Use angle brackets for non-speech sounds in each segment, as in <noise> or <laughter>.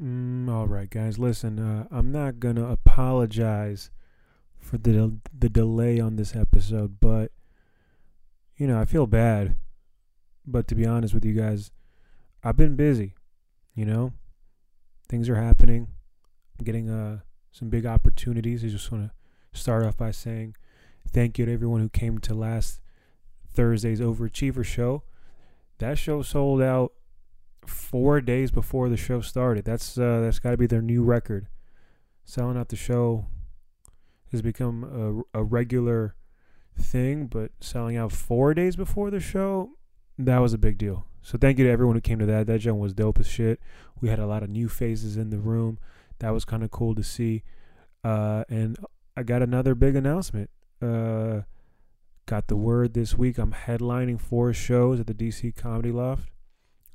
Mm, All right, guys. Listen, uh, I'm not gonna apologize for the del- the delay on this episode, but you know I feel bad. But to be honest with you guys, I've been busy. You know, things are happening. I'm getting uh some big opportunities. I just want to start off by saying thank you to everyone who came to last Thursday's Overachiever show. That show sold out four days before the show started. That's uh, that's got to be their new record. Selling out the show has become a, a regular thing, but selling out four days before the show that was a big deal. So thank you to everyone who came to that. That jump was dope as shit. We had a lot of new faces in the room. That was kind of cool to see. Uh, and I got another big announcement. Uh, got the word this week. I'm headlining four shows at the DC Comedy Loft.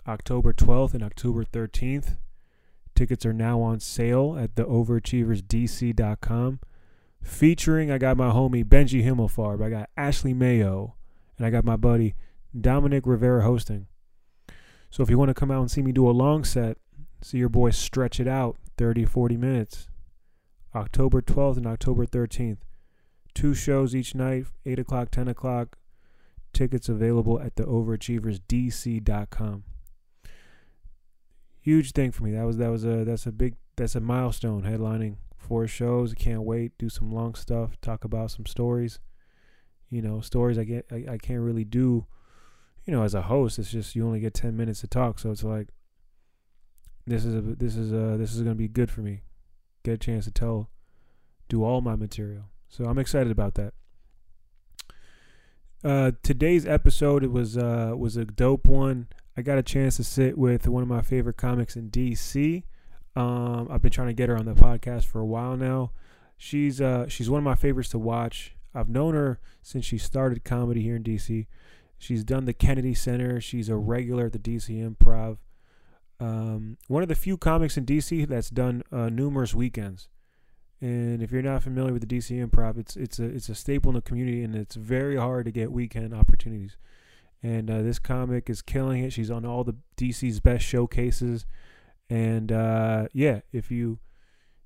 October 12th and October 13th. Tickets are now on sale at the overachieversdc.com. Featuring, I got my homie Benji Himmelfarb, I got Ashley Mayo, and I got my buddy Dominic Rivera hosting. So if you want to come out and see me do a long set, see your boy stretch it out 30, 40 minutes. October 12th and October 13th. Two shows each night, 8 o'clock, 10 o'clock. Tickets available at the overachieversdc.com huge thing for me. That was that was a that's a big that's a milestone headlining four shows. Can't wait. Do some long stuff. Talk about some stories. You know, stories I get I, I can't really do. You know, as a host, it's just you only get ten minutes to talk. So it's like this is a this is a this is gonna be good for me. Get a chance to tell, do all my material. So I'm excited about that. Uh, today's episode it was uh, was a dope one. I got a chance to sit with one of my favorite comics in DC. Um, I've been trying to get her on the podcast for a while now. She's uh, she's one of my favorites to watch. I've known her since she started comedy here in DC. She's done the Kennedy Center. She's a regular at the DC Improv. Um, one of the few comics in DC that's done uh, numerous weekends. And if you're not familiar with the DC Improv, it's it's a it's a staple in the community, and it's very hard to get weekend opportunities and uh, this comic is killing it. She's on all the DC's best showcases, and uh, yeah, if you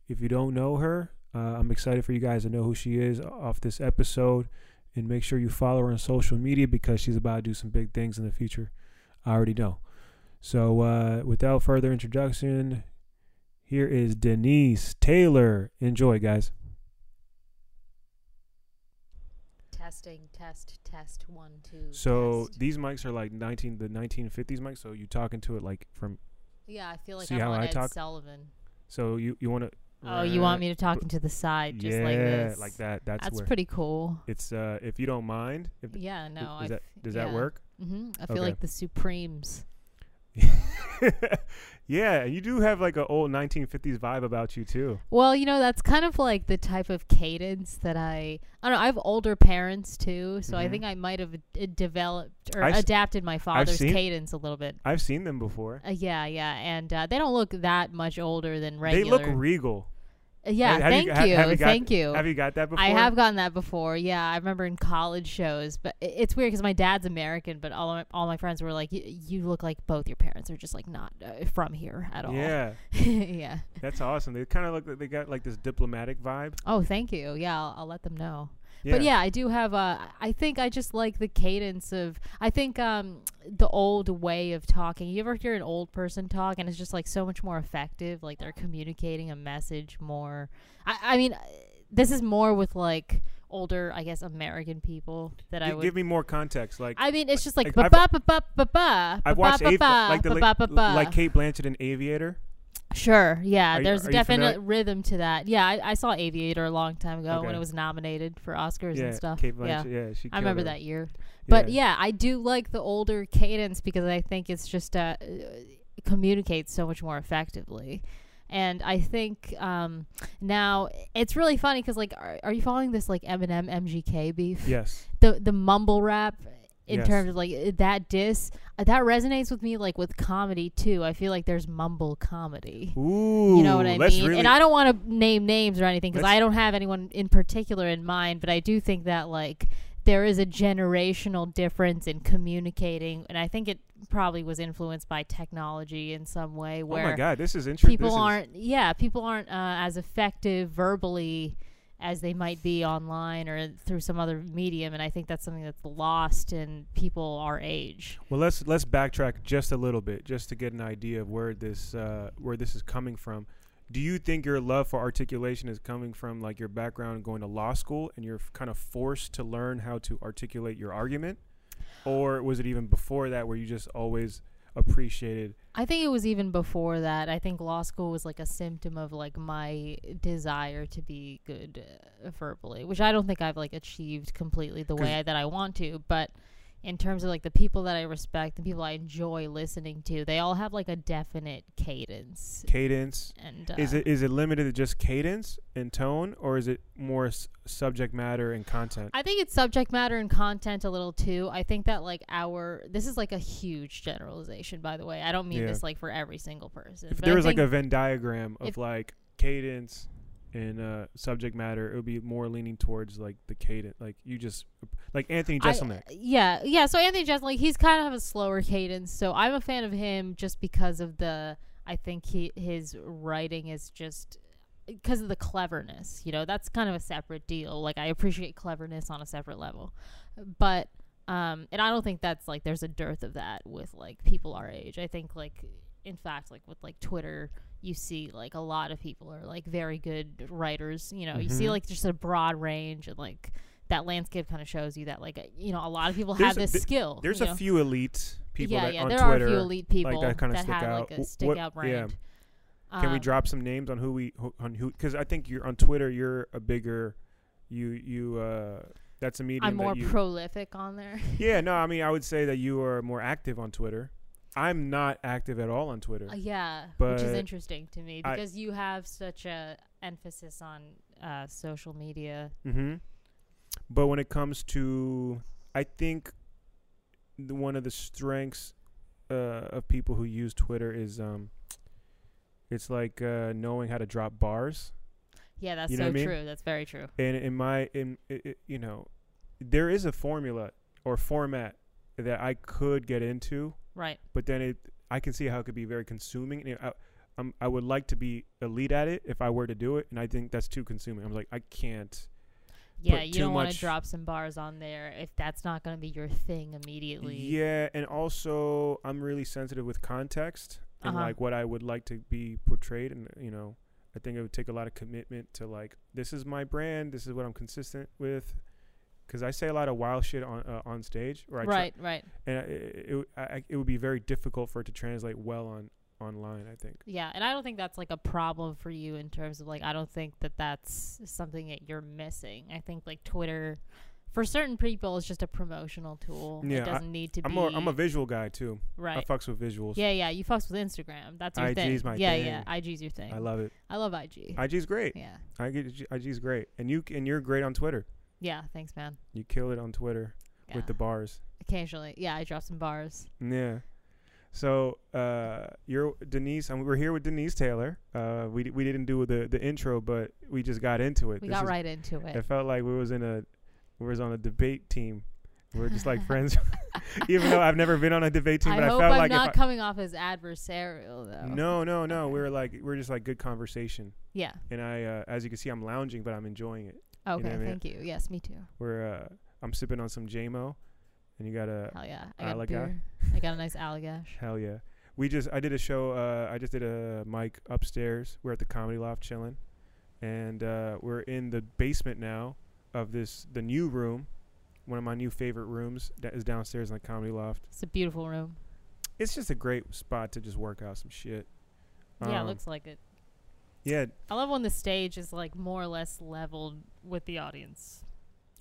if you don't know her, uh, I'm excited for you guys to know who she is off this episode, and make sure you follow her on social media because she's about to do some big things in the future. I already know. So uh, without further introduction, here is Denise Taylor. Enjoy, guys. Testing, test, test, one, two. So test. these mics are like 19 the 1950s mics. So you talk into it like from yeah, I feel like see I'm how on I Ed talk? Sullivan. so you you want to. Oh, you want me to talk into the side just yeah, like this? that. That's, That's, where pretty cool. it's. Uh, if you don't mind, if th- Yeah, no, is I that, f- does that yeah. work? <laughs> hmm I feel Okay. like the Supremes. yeah, you do have like an old 1950s vibe about you too. Well, you know, that's kind of like the type of cadence that I I don't know, I have older parents too, so I Mhm. think I might have uh, developed or I've s- adapted my father's seen- cadence a little bit. I've seen them before. Uh, yeah, yeah, and uh, they don't look that much older than They regular. look regal. Uh, yeah, Have thank you, have- you, have you got- thank you. Have you got that before? I have gotten that before. Yeah, I remember in college shows, but i- it's weird because my dad's American, but all my, all my friends were like, "Y- "You look like both your parents are just like not uh, from here at all." Yeah, <laughs> yeah. that's awesome. They kind of look like they got like this diplomatic vibe. Oh, thank you. Yeah, I'll, I'll let them know. Yeah. But yeah, I do have. Uh, I think I just like the cadence of. I think um, the old way of talking. You ever hear an old person talk, and it's just like so much more effective. Like they're communicating a message more. I, I mean, uh, this is more with like older, I guess, American people that I Gi- would. give me more context. Like I mean, it's just like Like, ba I've- ba ba ba ba ba I've ba, watched ba, Ava- ba, like the ba, la- ba, ba, like ba. Kate Blanchett in Aviator. Sure, yeah. Are you- there's are you definite familiar- rhythm to that. Yeah, I, I saw Aviator a long time ago when Okay. it was nominated for Oscars yeah, and stuff. Kate yeah, Blanchett. Yeah, she. I killed remember her. that year. But yeah. I do like the older cadence because I think it's just uh, it communicates so much more effectively. And I think um, now it's really funny because like, are, are you following this like Eminem MGK beef? Yes. the the mumble rap in Yes. terms of like uh, that diss uh, that resonates with me like with comedy too. I feel like there's mumble comedy. Ooh. you know what I let's mean? Really, and I don't want to name names or anything because Let's- I don't have anyone in particular in mind, but I do think that like there is a generational difference in communicating, and I think it probably was influenced by technology in some way oh my where god, this is interesting. people aren't yeah people aren't uh, as effective verbally as they might be online or through some other medium, and I think that's something that's lost in people our age. Well, let's let's backtrack just a little bit, just to get an idea of where this uh, where this is coming from. Do you think your love for articulation is coming from like your background going to law school and you're f- kind of forced to learn how to articulate your argument, or was it even before that where you just always appreciated? I think it was even before that. I think law school was like a symptom of like my desire to be good uh, verbally, which I don't think I've like achieved completely the 'Cause- way that I want to, but in terms of like the people that I respect, the people I enjoy listening to, they all have like a definite cadence. Cadence And uh, is it is it limited to just cadence and tone, or is it more s- subject matter and content? I think it's subject matter and content a little too. I think that like our this is like a huge generalization, by the way. I don't mean Yeah. this like for every single person. if but there I was like think- a Venn diagram of if- like cadence and uh, subject matter, it would be more leaning towards like the cadence, like you just like Anthony I- Jeselnik. yeah, yeah. So Anthony Jeselnik, like, he's kind of a slower cadence. So I'm a fan of him just because of the. I think he his writing is just because of the cleverness. You know, that's kind of a separate deal. Like I appreciate cleverness on a separate level, but um, and I don't think that's like there's a dearth of that with like people our age. I think like in fact like with like Twitter. You see, like a lot of people are like very good writers. You know, you see Mhm. like just a broad range and like that landscape kind of shows you that like uh, you know a lot of people There's have a- this th- skill. There's you a know? few elite people yeah, that yeah, on there Twitter. are a few elite people that kinda stick have out. like a Wh- stick what- out yeah. brand. Can we Um, drop some names on who we who, on who? Because I think you're on Twitter. You're a bigger, you you. uh That's a medium. I'm more that you, prolific on there. yeah, no, I mean, I would say that you are more active on Twitter. I'm not active at all on Twitter. Uh, yeah, which is But interesting to me I- because you have such a emphasis on uh, social media. Mm-hmm. But when it comes to, I think the, one of the strengths uh, of people who use Twitter is um, it's like uh, knowing how to drop bars. Yeah, that's You know so what I mean? true. That's very true. And in my in i i you know, there is a formula or format that I could get into, Right. but then it I can see how it could be very consuming. And I, I'm, I would like to be elite at it if I were to do it, and I think that's too consuming. I'm like I can't. Yeah, Put you too don't want much- to drop some bars on there if that's not going to be your thing immediately. Yeah, and also I'm really sensitive with context and Uh-huh. like what I would like to be portrayed, and you know, I think it would take a lot of commitment to like this is my brand, this is what I'm consistent with, because I say a lot of wild shit on uh, on stage, or I try- Right. Right. and I, it it, I, I- it would be very difficult for it to translate well on online. I think. Yeah, and I don't think that's like a problem for you in terms of like I don't think that that's something that you're missing. I think like Twitter for certain people is just a promotional tool. Yeah, I- it doesn't need to I'm be a, I'm a visual guy too. <laughs> right. I fucks with visuals. Yeah, yeah, you fucks with Instagram. That's your thing. IG's my yeah, thing. yeah, IG's your thing. I love it. I love IG. IG's great. yeah. IG, IG's great, and you c- and you're great on Twitter. Yeah, thanks man. You kill it on Twitter Yeah. with the bars. Occasionally. Yeah, I drop some bars. Yeah. So uh, you're Denise, and we're here with Denise Taylor. Uh, we we didn't do the the intro, but we just got into it. We This got is- right into it. It felt like we was in a we was on a debate team. We are just <laughs> like friends, <laughs> even though I've never been on a debate team. I but hope I felt am like if not I- coming off as adversarial though. no, no, no. We were like we are just like good conversation, Yeah. and I uh, as you can see, I'm lounging, but I'm enjoying it. Okay, what I mean? thank you. Yes, me too. We're uh, I'm sipping on some JMO, and you got a Hell yeah. I I got like that. beer. I got a nice Allagash. Hell yeah. We just I did a show uh I just did a mic upstairs. We're at the comedy loft chilling. And uh we're in the basement now of this the new room, one of my new favorite rooms that is downstairs in the comedy loft. It's a beautiful room. It's just a great spot to just work out some shit. yeah, it Um, looks like it. Yeah. I love when the stage is like more or less leveled with the audience,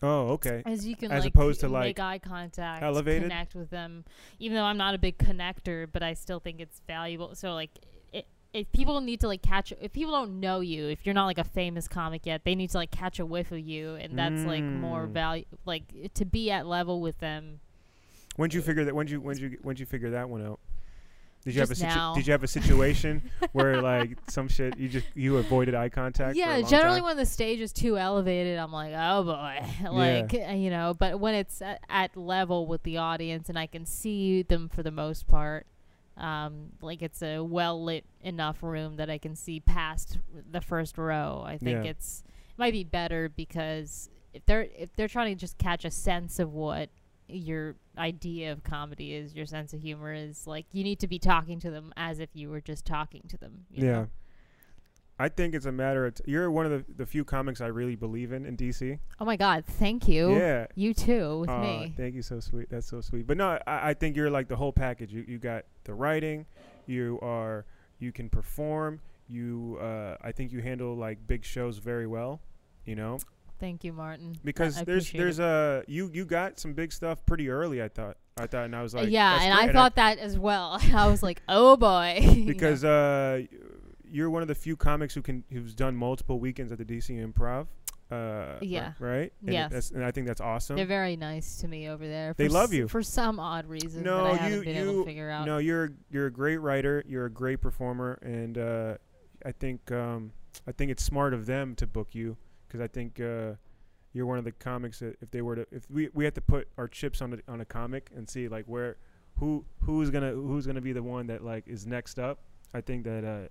Oh, okay. as you can As like, opposed to, make like, eye contact, elevated? connect with them. Even though I'm not a big connector, but I still think it's valuable. So like, i if people need to like catch, if people don't know you, if you're not like a famous comic yet, they need to like catch a whiff of you, and that's like more Mm. value, like to be at level with them. When'd you figure that when'd you when'd you when'd you figure that one out? Did you have a Just situ- now. Did you have a <laughs> situation where like some shit you just you avoided eye contact? for a yeah long generally time? when the stage is too elevated i'm like oh boy <laughs> like uh, you know but when it's at, at level with the audience and i can see them for the most part um, like it's a well lit enough room that i can see past the first row i think Yeah. it's it might be better because if they're if they're trying to just catch a sense of what your idea of comedy is your sense of humor is like you need to be talking to them as if you were just talking to them you yeah. know? I think it's a matter of t- you're one of the, the few comics I really believe in in DC. oh my god thank you Yeah, You too with Aw, me. Uh, Thank you, so sweet. That's so sweet. But no, I, I think you're like the whole package. You you got the writing, you are you can perform. You uh, I think you handle like big shows very well. You know Thank you, Martin. because I there's appreciate there's a you you got some big stuff pretty early. I thought I thought and I was Uh, like yeah, that's and great. I thought that as well. <laughs> I was like, oh <laughs> boy. <laughs> You know? because uh, you're one of the few comics who can who's done multiple weekends at the DC Improv. Uh, ri- Yeah. Right. And it- Yes. that's- and I think that's awesome. they're very nice to me over there. They for love s- you. for some odd reason No, that I haven't you- been able you- to figure out. No, you're you're a great writer. You're a great performer, and uh, I think um, I think it's smart of them to book you because I think uh, you're one of the comics that if they were to if we we have to put our chips on a, on a comic and see like where who who's gonna who's gonna be the one that like is next up. I think that uh,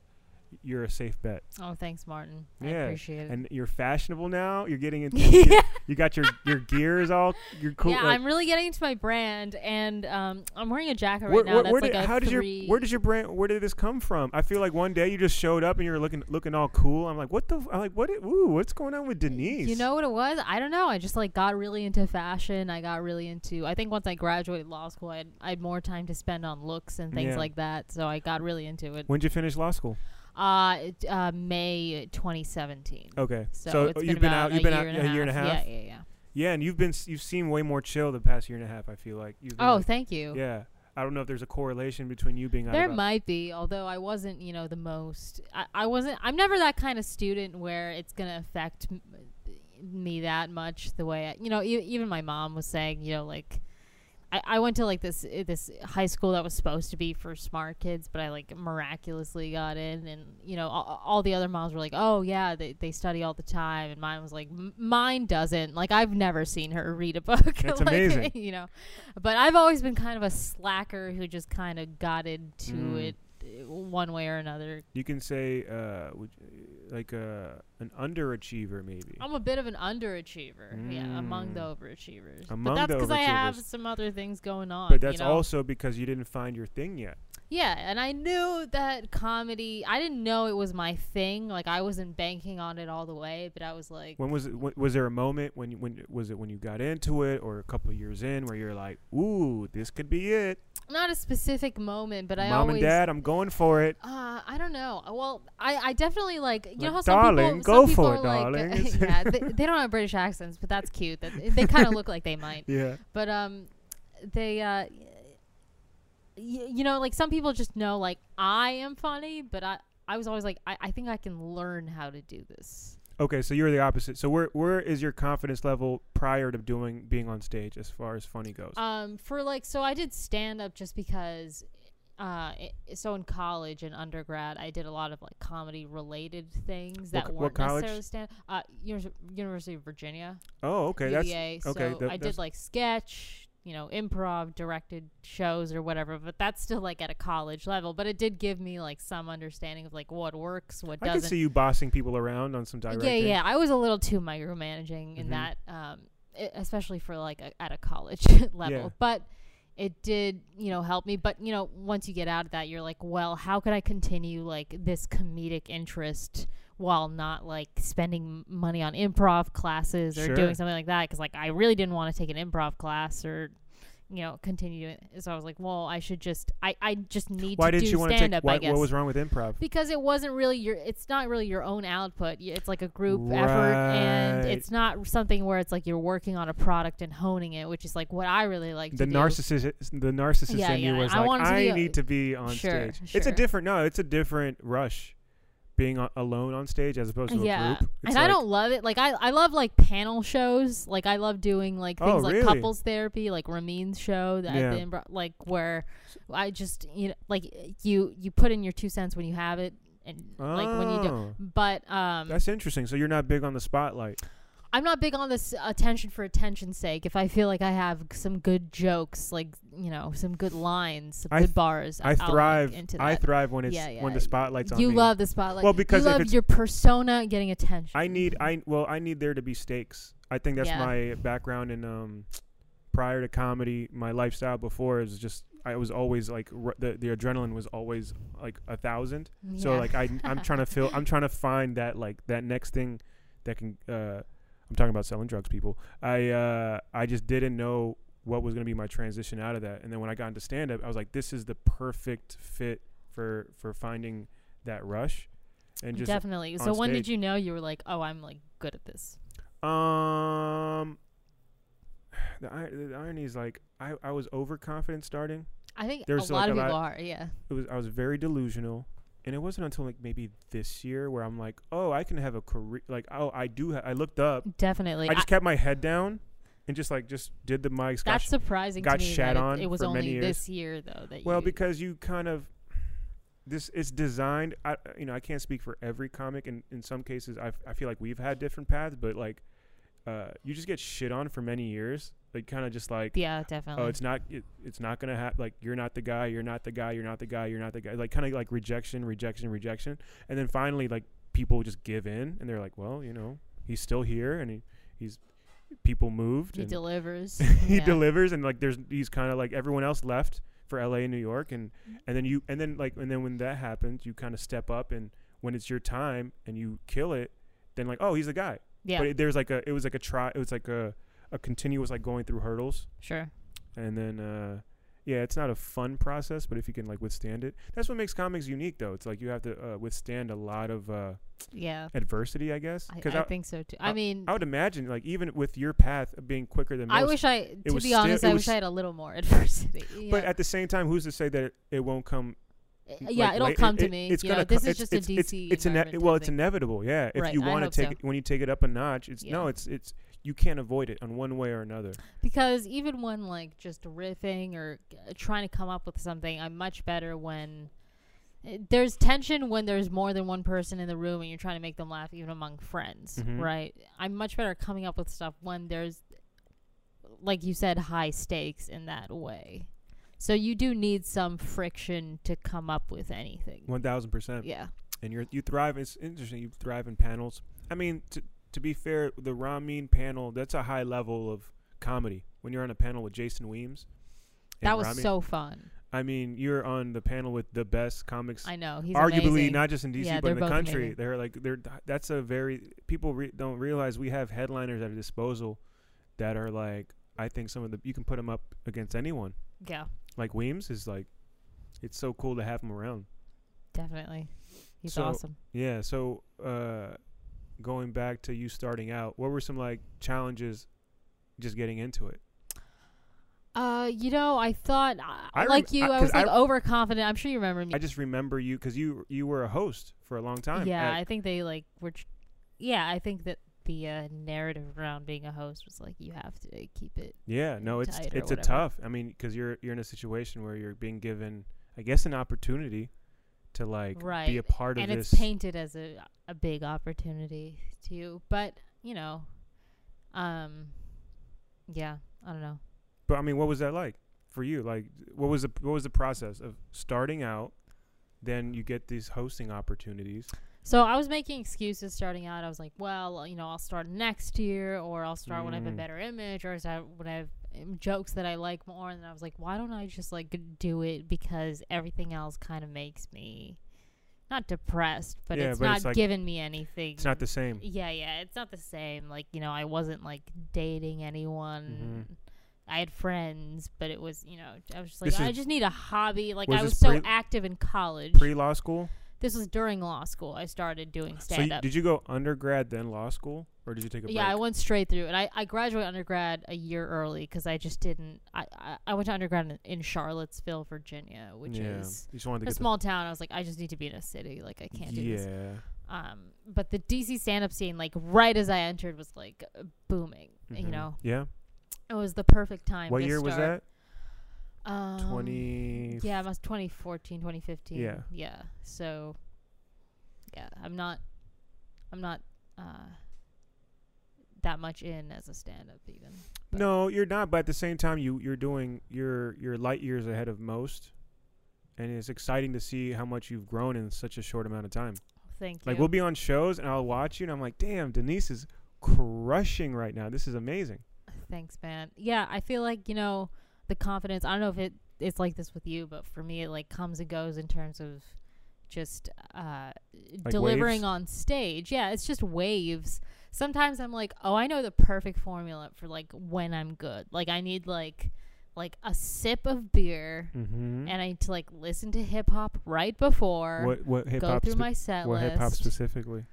you're a safe bet, Oh, thanks, Martin. I Yeah, appreciate it. and you're fashionable now. You're <laughs> getting into yeah, you got your your gears all you're cool. like, I'm really getting into my brand, and um, I'm wearing a jacket right Where- now. where- that's where like did- a how did your three. where did your brand where did this come from? I feel like one day you just showed up and you were looking looking all cool. I'm like, what the? f- I'm like, what? i- Ooh, what's going on with Denise? You know what it was? I don't know. I just like got really into fashion. I got really into. I think once I graduated law school, I had, I had more time to spend on looks and things Yeah. like that. So I got really into it. When'd you finish law school? Uh, it- uh May 2017. Okay, So, so, it's oh, been you've been about out. You've been out year and a year and a half. Yeah, yeah, yeah. Yeah, and you've been s- you've seemed way more chill the past year and a half. I feel like you've. Been Oh, like- thank you. yeah. I don't know if there's a correlation between you being out. There about- might be, although I wasn't, you know, the most. I, I wasn't. I'm never that kind of student where it's gonna affect m- me that much. The way I, you know, e- even my mom was saying, you know, like. I, I went to like this uh, this high school that was supposed to be for smart kids, but I like miraculously got in, and you know all, all the other moms were like, "Oh yeah, they, they study all the time," and mine was like, "M- "Mine doesn't." Like I've never seen her read a book. <laughs> That's Like, amazing. you know. But I've always been kind of a slacker who just kind of got into Mm. it it uh, one way or another. You can say uh, would, like uh, an underachiever maybe. I'm a bit of an underachiever, yeah, among the Mm. overachievers. Among but that's the because I have overachievers. some other things going on. but that's you know? also because you didn't find your thing yet. Yeah, and I knew that comedy. I didn't know it was my thing. Like I wasn't banking on it all the way, but I was like, When was it? When, was there a moment when you, when was it when you got into it, or a couple of years in, where you're like, "Ooh, this could be it." not a specific moment, but I Mom always. and Dad, I'm going for it. Uh, I don't know. Well, I, I definitely like you know Like, how some "Darling, people go some people for it, are like, uh, darling." <laughs> yeah, they, they don't have British accents, but that's cute. That they kind of look like they might. <laughs> Yeah. But um, they uh, y- you know, like some people just know like I am funny, but I I was always like I, I think I can learn how to do this. Okay, so you're the opposite. So where where is your confidence level prior to doing being on stage as far as funny goes? Um, for like, so I did stand up just because, uh, i so in college and undergrad, I did a lot of like comedy related things that co- what weren't college? necessarily stand. Uh, Univers- University of Virginia, oh, okay, that's UVA. okay, so that- I that's- did like sketch, you know, improv, directed shows or whatever. But that's still like at a college level. But it did give me like some understanding of like what works, what I doesn't. can see you bossing people around on some directing. Yeah, yeah. I was a little too micromanaging in Mhm. that, um, e- especially for like a, at a college <laughs> level. Yeah. But it did, you know, help me. But you know, once you get out of that, you're like, well, how can I continue like this comedic interest while not like spending m- money on improv classes or Sure. doing something like that? Because like I really didn't want to take an improv class or. You know, continue it. So I was like, well, I should just, I, I just need Why to didn't do you want to take? stand up. why- I guess what was wrong with improv? because it wasn't really your it's not really your own output Y- it's like a group effort and Right. it's not something where it's like you're working on a product and honing it which is like what i really like The to narcissist, the narcissist Yeah, in you yeah, was I like, wanted to I be a- need to be on Sure, stage. It's a sure. different no, it's a different rush, being a- alone on stage as opposed to yeah a group. It's and i like- don't love it like I, I love like panel shows like i love doing like things Oh, like really? couples therapy like ramin's show that Yeah. i've been bro- like where i just you know like you you put in your two cents when you have it and like when you don't Oh, but um That's interesting. So you're not big on the spotlight. i'm not big on this attention for attention's sake if i feel like i have some good jokes like you know some good lines some I good th- bars I I'll, like, thrive. into that. I thrive when it's Yeah, yeah. when the spotlight's on you me. love the spotlight Well, because if you love it's- your persona getting attention I <laughs> need I well I need there to be stakes. I think that's Yeah. my background in um prior to comedy, my lifestyle before is just I was always like r- the the adrenaline was always like a thousand. So Yeah. like I I'm trying to <laughs> feel I'm trying to find that like that next thing that can uh I'm talking about selling drugs people. I uh I just didn't know what was going to be my transition out of that. And then when I got into stand up, I was like this is the perfect fit for for finding that rush and just definitely. So on when did stage. you know you were like, oh, I'm like good at this? Um, <sighs> the, ir- the irony is like I, I was overconfident starting. I think There's, a like, lot of a people are. Yeah, It was I was very delusional, and it wasn't until like maybe this year where I'm like, oh, I can have a career. Like, oh, I do. Ha- I looked up. definitely. I just I- kept my head down, and just like just did the mics. got that's surprising got to me shat that it- on it, was for only many years. this year though that Well, you, because you kind of this it's designed. I you know I can't speak for every comic, and in some cases I I feel like we've had different paths, but like uh, you just get shit on for many years. Like kind of just like yeah, definitely. oh it's not it, it's not gonna happen. Like you're not the guy. You're not the guy. You're not the guy. You're not the guy. Like kind of like rejection, rejection, rejection, and then finally like people just give in and they're like, well, you know, he's still here and he, he's people moved. he and- <laughs> delivers. he yeah. delivers and like there's he's kind of like everyone else left for LA and New York and Mm-hmm. and then you and then like and then when that happens you kind of step up and when it's your time and you kill it then like oh he's the guy Yeah, but it, there's like a it was like a try it was like a a continuous like going through hurdles sure. and then uh yeah it's not a fun process but if you can like withstand it that's what makes comics unique though it's like you have to uh, withstand a lot of uh Yeah, adversity I guess I, because I I, I, think so too. I mean, would imagine like even with your path being quicker than most I wish I, to was be still- honest, it I was- wish I had a little more <laughs> adversity. Yeah, But at the same time, who's to say that it, it won't come? Uh, yeah, like, it'll late- come it- to it- me. It's you gonna. know, this co- is it's- just a it's- DC. It's, it's ine- environment well, type it's thing. inevitable. Yeah. If Right, you I want hope to take so. it, when you take it up a notch, it's no, Yeah. it's it's you can't avoid it on one way or another. because even when like just riffing or g- trying to come up with something i'm much better when eh, there's tension when there's more than one person in the room and you're trying to make them laugh even among friends Mhm. right i'm much better at coming up with stuff when there's like you said high stakes in that way so you do need some friction to come up with anything One thousand percent. yeah uh, And you are you thrive. It's interesting. You thrive in panels. I mean, to to be fair, the Ramin panel that's a high level of comedy. When you're on a panel with Jason Weems, and that was Ramin- so fun I mean, you're on the panel with the best comics i know he's arguably amazing. not just in DC but Yeah, in they're the both country. amazing. They're like they're that's a very people re- don't realize we have headliners at our disposal that are like I think some of the you can put them up against anyone. yeah Like Weems is like it's so cool to have him around. definitely he's So, awesome Yeah, so uh going back to you starting out, what were some like challenges just getting into it? Uh, you know, I thought I, I rem- like you, I- I, 'cause was I like overconfident. I'm sure you remember me. I just remember you cuz you you were a host for a long time. yeah, at- I think they like were. Tr- yeah, I think that the uh, narrative around being a host was like you have to keep it. Yeah, no, it's tight or it's a whatever. tough. I mean, because you're you're in a situation where you're being given, I guess, an opportunity to like be a Right, part and of it's this. painted as a a big opportunity to you, but you know, um, yeah, I don't know. But I mean, what was that like for you? Like, what was the what was the process of starting out? Then you get these hosting opportunities. So I was making excuses starting out. I was like, well, you know, I'll start next year, or I'll start when I have a Mm. better image, or I- when I have um, jokes that I like more. And then I was like, why don't I just like do it because everything else kind of makes me not depressed, but Yeah, it's but not it's like- giving me anything. It's not the same. Yeah, yeah, it's not the same. Like you know, I wasn't like dating anyone. Mm-hmm. I had friends, but it was you know, I was just like, This I is- just need a hobby. Like was I this was so pre- active in college. Pre law school. This was during law school. I started doing So stand you, up. did you go undergrad then law school, or did you take a yeah, I break? went straight through, and I, I graduated undergrad a year early because I just didn't. I, I, I went to undergrad in, in Charlottesville, Virginia, which yeah. is you just wanted to a get the- small town. I was like, I just need to be in a city. Like I can't do yeah. this. Um, but the DC stand up scene, like right as I entered, was like booming. You Mhm. know, Yeah. it was the perfect time. What to year was start. that? that? Um, Twenty. Yeah, it must 2014, 2015. Yeah. Yeah. So yeah, I'm not I'm not uh that much in as a stand up even. but- No, you're not. But at the same time, you you're doing you're you're light years ahead of most, and it's exciting to see how much you've grown in such a short amount of time. Thank Like you. we'll be on shows, and I'll watch you, and I'm like, damn, Denise is crushing right now. This is amazing. Thanks, man. Yeah, I feel like, you know, the confidence, I don't know if it it's like this with you, but for me it like comes and goes in terms of just uh delivering waves? on stage. Yeah, it's just waves. Sometimes I'm like, "Oh, I know the perfect formula for like when I'm good." Like I need like like a sip of beer Mm-hmm. and I need to like listen to hip hop right before What what hip go hop? through my set what list. hip hop specifically?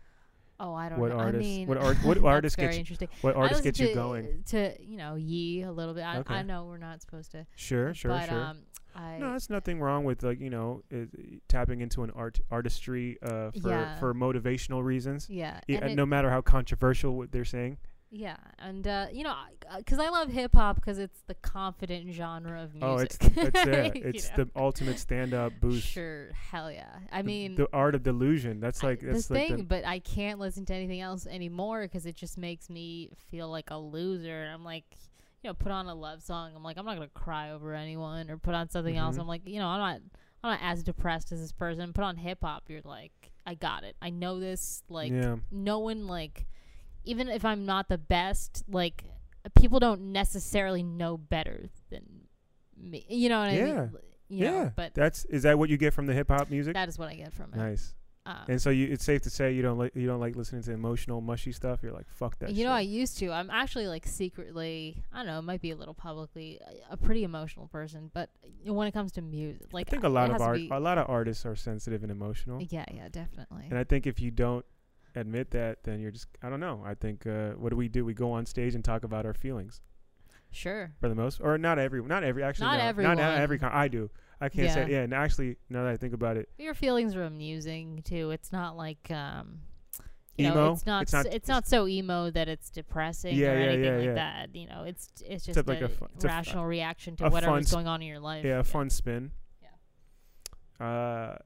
oh, I don't what know. artists- I mean, <laughs> what art- what that's artists get very you- interesting. What I artists get listen you to- going? To you know, Yee a little bit. I, I Okay. know we're not supposed to. Sure, sure, but, sure. Um, I, no, there's nothing wrong with like you know it, tapping into an art artistry uh, for Yeah. for motivational reasons. yeah, Yeah, and it- no matter how controversial what they're <laughs> saying. yeah, and uh, you know, because I love hip hop because it's the confident genre of music. Oh, it's that's it. <laughs> You It's know? the ultimate stand-up boost. Sure, hell yeah. I The- mean, the art of delusion. That's I- like this that's like thing, the, but I can't listen to anything else anymore because it just makes me feel like a loser. And I'm like, you know, put on a love song. I'm like, I'm not gonna cry over anyone, or put on something else. Mhm. I'm like, you know, I'm not, I'm not as depressed as this person. Put on hip hop. You're like, I got it. I know this. Like, yeah. no one like, even if I'm not the best, like, people don't necessarily know better than me. You know what I Yeah. mean? You know, yeah. but that's is that what you get from the hip hop music? that is what I get from it. Nice. Um, And so you it's safe to say you don't like you don't like listening to emotional mushy stuff. You're like fuck that you shit. know, I used to. I'm actually like secretly, I don't know, it might be a little publicly, a- a pretty emotional person. But when it comes to music, like I think a lot of it has to art be- a lot of artists are sensitive and emotional. yeah, yeah, definitely. And I think if you don't admit that, then you're just I don't know. I think uh, what do we do? We go on stage and talk about our feelings sure. for the most, or not every, not every, actually, Not no, not, not every. everyone. Con- I do. I can't say Yeah. yeah. And actually, now that I think about it, Your feelings are amusing too. It's not like um, you know, Emo? it's not It's it's not- not, it's not so emo that it's depressing Yeah, or yeah, anything yeah, like yeah. that. You know, it's It's it's just like a, a fu- it's a fu- rational reaction a to fun whatever's sp- going on in your life. yeah, a fun spin. Yeah. Uh,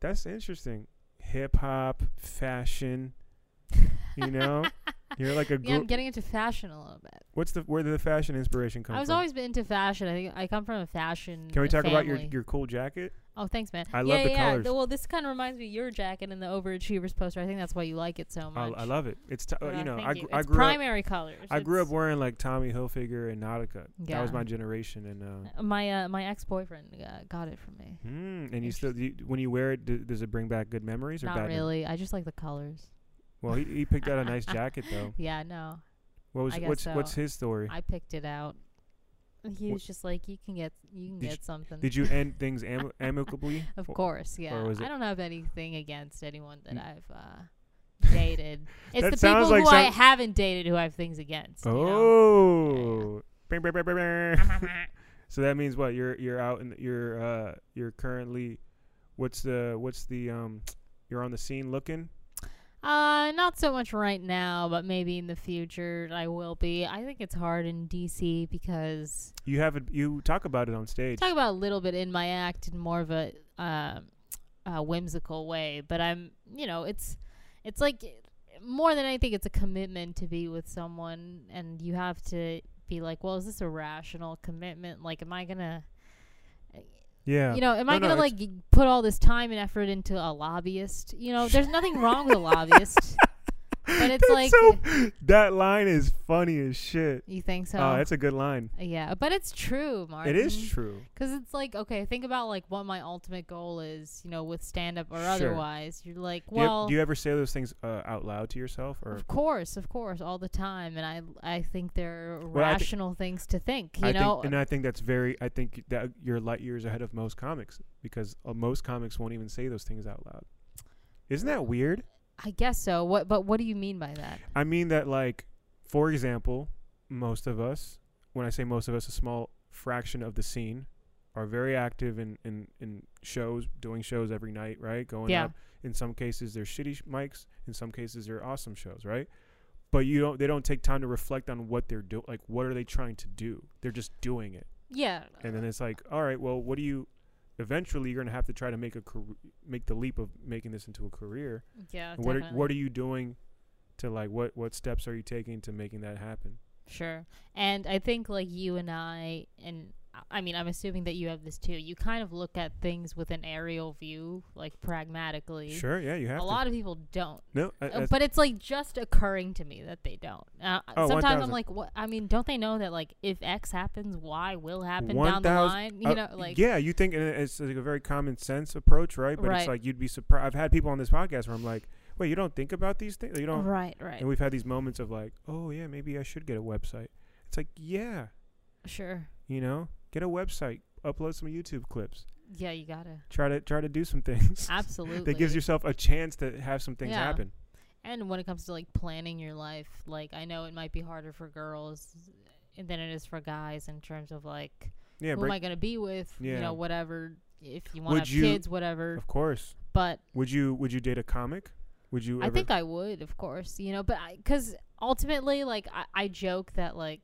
that's interesting. Hip hop, fashion. You <laughs> know, you're like a Yeah, gr- I'm getting into fashion a little bit. what's the where did the fashion inspiration come I was from? always been into fashion. I think I come from a fashion. Can we talk about your family. your cool jacket? Oh, thanks, man. I yeah, love the yeah, yeah. colours. Th- Well, this kind of reminds me of your jacket and the Overachievers poster. I think that's why you like it so I, much. I love it. It's t- uh, Uh, you know thank I, gr- I it's grew up primary colors. I grew up It's- wearing like Tommy Hilfiger and Nautica. That was Yeah. my generation, and uh, uh, my uh, my ex boyfriend uh, got it for me. mm, and you still you, when you wear it, d- does it bring back good memories or Not bad? mem- really. I just like the colors. Well, he, he picked out a <laughs> nice jacket though. Yeah, no, What was I guess what's so. what's his story? I picked it out. He Wh- was just like, you can get you can Did get something. Did you end things <laughs> am- amicably? Of Or- course, yeah. was it- I don't have anything against anyone that N- I've uh, <laughs> dated. It's That the sounds people like who I some- haven't dated who I have things against. you know? <laughs> Oh. Bing, bing, bing, bing, bing. so that means what? You're you're out and you're uh you're currently what's the what's the um you're on the scene looking? Uh, not so much right now, but maybe in the future I will be. I think it's hard in DC because You have a, you talk about it on stage. talk about a little bit in my act in more of a um, uh, whimsical way, but I'm, you know, it's it's like more than anything, it's a commitment to be with someone, and you have to be like, well, is this a rational commitment? Like, am I gonna yeah. you know, am No, I no, gonna it's- like g- put all this time and effort into a lobbyist? You know, there's nothing wrong with <laughs> a lobbyist, but it's like that line is funny as shit. you think so. Oh, that's a good line. yeah, but it's true, Mark. It is true. because it's like okay, think about like what my ultimate goal is. You know, with stand up or Sure. otherwise, you're like, Do you- well, do you ever say those things uh, out loud to yourself or of course, of course, all the time, and I I think they're Well, I thi- rational things to think. You I know, think, and I think that's very. I think that you're light years ahead of most comics because uh, most comics won't even say those things out loud. Isn't that weird? I guess so. What? But what do you mean by that? I mean that like, for example, most of us, when I say most of us, a small fraction of the scene are very active in, in, in shows, doing shows every night, right? Going Yeah. up. In some cases they're shitty sh- mics, in some cases they're awesome shows, right? But you don't they don't take time to reflect on what they're doing like what are they trying to do? They're just doing it. Yeah. And then it's like, all right, well, what do you eventually you're going to have to try to make a car- make the leap of making this into a career. Yeah. And what are, Oh, definitely. what are you doing to like what what steps are you taking to making that happen? Sure. And I think like you and I and I mean I'm assuming that you have this too. You kind of look at things with an aerial view, like pragmatically. Sure, yeah, you A have to. lot of people don't. no, I- Uh, that's- but it's like just occurring to me that they don't. Uh, Oh, sometimes I'm 1000. like, what? I mean, don't they know that like if X happens, Y will happen down the 1000 line? You Uh, know, like yeah, you think and it's like a very common sense approach, right? But Right. it's like you'd be surprised. I've had people on this podcast where I'm like, wait, you don't think about these things? You don't. right, right, And we've had these moments of like, oh yeah, maybe I should get a website. It's like, yeah, sure. you know, get a website, upload some YouTube clips, Yeah, you gotta try to try to do some things. <laughs> absolutely. that gives yourself a chance to have some things Yeah. happen. And when it comes to like planning your life, like I know it might be harder for girls than it is for guys in terms of like Yeah, who am I break, going to be with, you Yeah. know, whatever. If you want to Would have you- kids, whatever. of course. But Would you would you date a comic? Would you? I ever, think I would, of course, you know, but because ultimately, like, I, I joke that, like,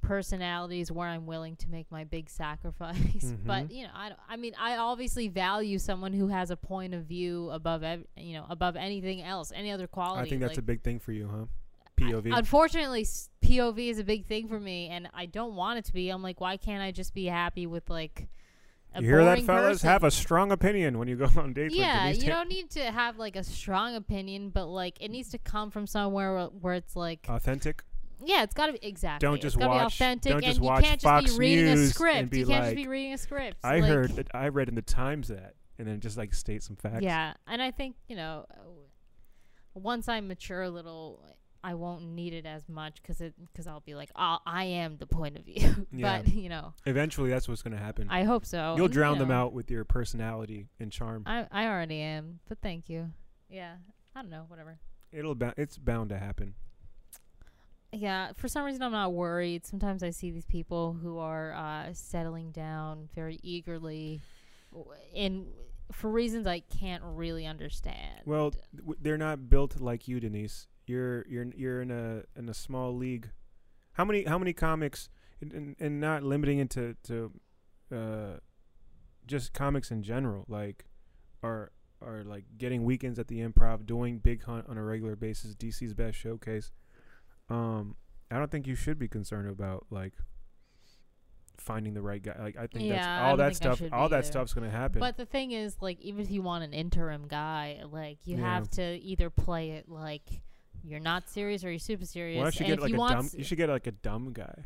personality is where I'm willing to make my big sacrifice. <laughs> But, Mhm. you know, I, don't- I mean, I obviously value someone who has a point of view above, ev- you know, above anything else, any other I quality. think that's like, a big thing for you, huh? I- POV. unfortunately, s- POV is a big thing for me, and I don't want it to be. I'm like, why can't I just be happy with like a you hear that, boring fellas? person? Have a strong opinion when you go <laughs> on dates. yeah, with Denise you Tan- don't need to have like a strong opinion, but like it needs to come from somewhere where, where it's like, authentic. yeah, it's got to be exactly. Uh, don't just it's gotta be watch- authentic, don't just and watch you can't just Fox be reading News a and script. be you can't like, just be reading a script. I Like, heard that I read in the Times that, and then just like state some facts. Yeah, and I think you know, uh, once I mature a little, I won't need it as much because it because I'll be like, oh, I am the point of view. <laughs> Yeah. but you know, Eventually, that's what's going to happen. I hope so. You'll And, you drown them know, out with your personality and charm. I I already am, but thank you. Yeah, I don't know, whatever. It'll bou- it's bound to happen. Yeah, for some reason I'm not worried. Sometimes I see these people who are uh, settling down very eagerly, w- in for reasons I can't really understand. Well, w- they're not built like you, Denise. You're you're you're in a in a small league. How many how many comics and- and, and not limiting it to to uh, just comics in general like are are like getting weekends at the improv, doing Big Hunt on a regular basis, DC's best showcase. Um, I don't think you should be concerned about like finding the right guy. Like I think that's Yeah, I all that don't think I stuff. should All be that either. stuff's gonna happen. But the thing is, like, even if you want an interim guy, like, you Yeah. have to either play it like you're not serious or you're super serious. Why don't you and get if like you a want, dumb? <laughs> s- You should get like a dumb guy.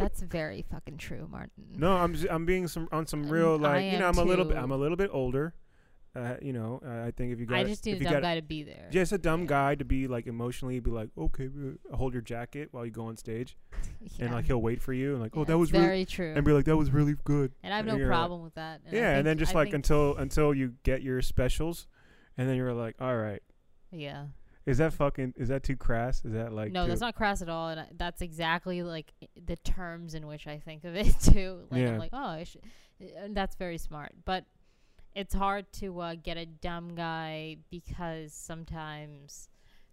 that's very fucking true, Martin. No, I'm s- I'm being some on some real Um, like I you know am I'm a little bit too. I'm a little bit older, uh, you know uh, I think if you got I just if need a you dumb got guy to be there. just a dumb Yeah. guy to be like emotionally be like okay uh, hold your jacket while you go on stage and <laughs> Yeah. like he'll wait for you and like oh Yeah, that was very really true. and be like that was really good and I have no you're like- problem with that. I yeah think- and then just I like think- until until you get your specials and then you're like all right yeah, is that fucking is that too crass is that like no, too- that's not crass at all, and I, that's exactly like i- the terms in which I think of it <laughs> too. Like Yeah. I'm like, oh, I should, and that's very smart, but it's hard to uh, get a dumb guy because sometimes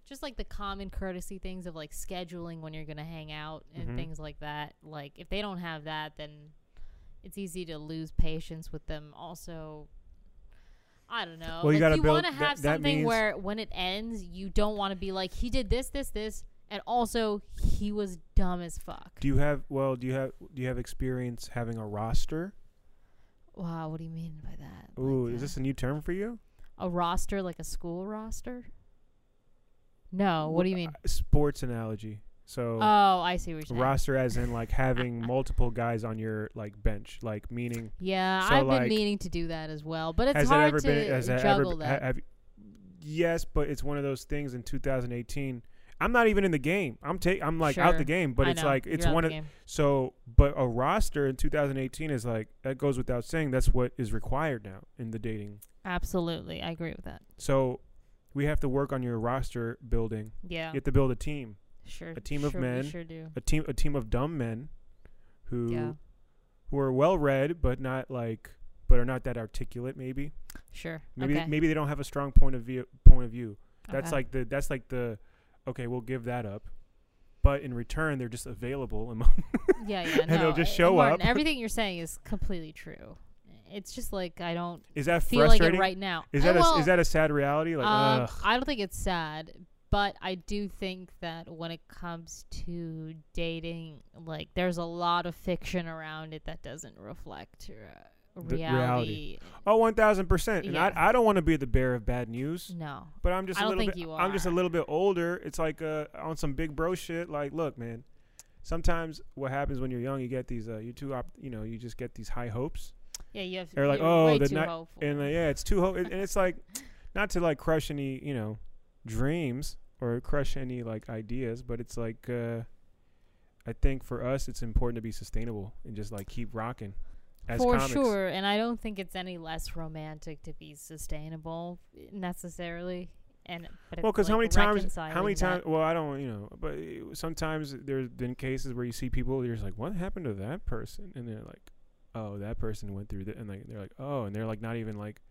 just like the common courtesy things of like scheduling when you're gonna hang out and Mhm. things like that. Like if they don't have that, then it's easy to lose patience with them. Also. I don't know. Well, you like gotta you build- want to that- have that something means- where where when it ends, you don't want to be like, he did this, this, this, and also he was dumb as fuck. do you have well do you have do you have experience having a roster wow, what do you mean by that? Like, ooh uh, is this a new term for you a roster like a school roster? No, what do you mean? Uh, sports analogy so Oh, I see what you're saying. roster as in like <laughs> having multiple guys on your like bench like meaning yeah, So, I've been like, meaning to do that as well, but it's has it hard ever to been has that juggle ever that. ha- have- yes but it's one of those things in 2018 I'm not even in the game. I'm take I'm like out Sure. the game, but I it's know, like you're it's out the one of game. so but a roster in 2018 is like that goes without saying that's what is required now in the dating. Absolutely, I agree with that. So we have to work on your roster building. Yeah, You have to build a team. sure. a team of sure, we men Sure do. A team a team of dumb men who Yeah. who are well read but not like but are not that articulate maybe. Sure. Maybe okay. maybe they don't have a strong point of view point of view. That's okay. like the that's like the okay, we'll give that up. But in return, they're just available. <laughs> And mo- <laughs> yeah, yeah. <laughs> and they'll no, just uh, show Martin, up. Everything you're saying is completely true. It's just like I don't is that feel like it frustrating? right now. Is Uh, that well, a, is that a sad reality? Like, um, ugh. I don't think it's sad, but I do think that when it comes to dating, like there's a lot of fiction around it that doesn't reflect uh, The reality. reality. oh, one thousand percent. And Yeah. I, I don't want to be the bearer of bad news, No, but I'm just a I don't little think bit, you I'm just a are. little bit older. It's like uh, on some big bro shit. Like, look, man. Sometimes what happens when you're young, you get these uh, you too op, you know, you just get these high hopes, yeah, you have. They're like, you're "Oh, way the too night- hopeful. and uh, yeah, it's too hope, and it's like not to like crush any you know dreams or crush any like ideas, but it's like. uh I think for us, it's important to be sustainable and just like keep rocking. As for comics. sure and i don't think it's any less romantic to be sustainable necessarily and but Well, because because how many times? How many that. times? Well, I don't, you know, but uh, sometimes there's been cases where you see people, you're just like, what happened to that person? And they're like, oh, that person went through that, and like they're like, oh, and they're like not even like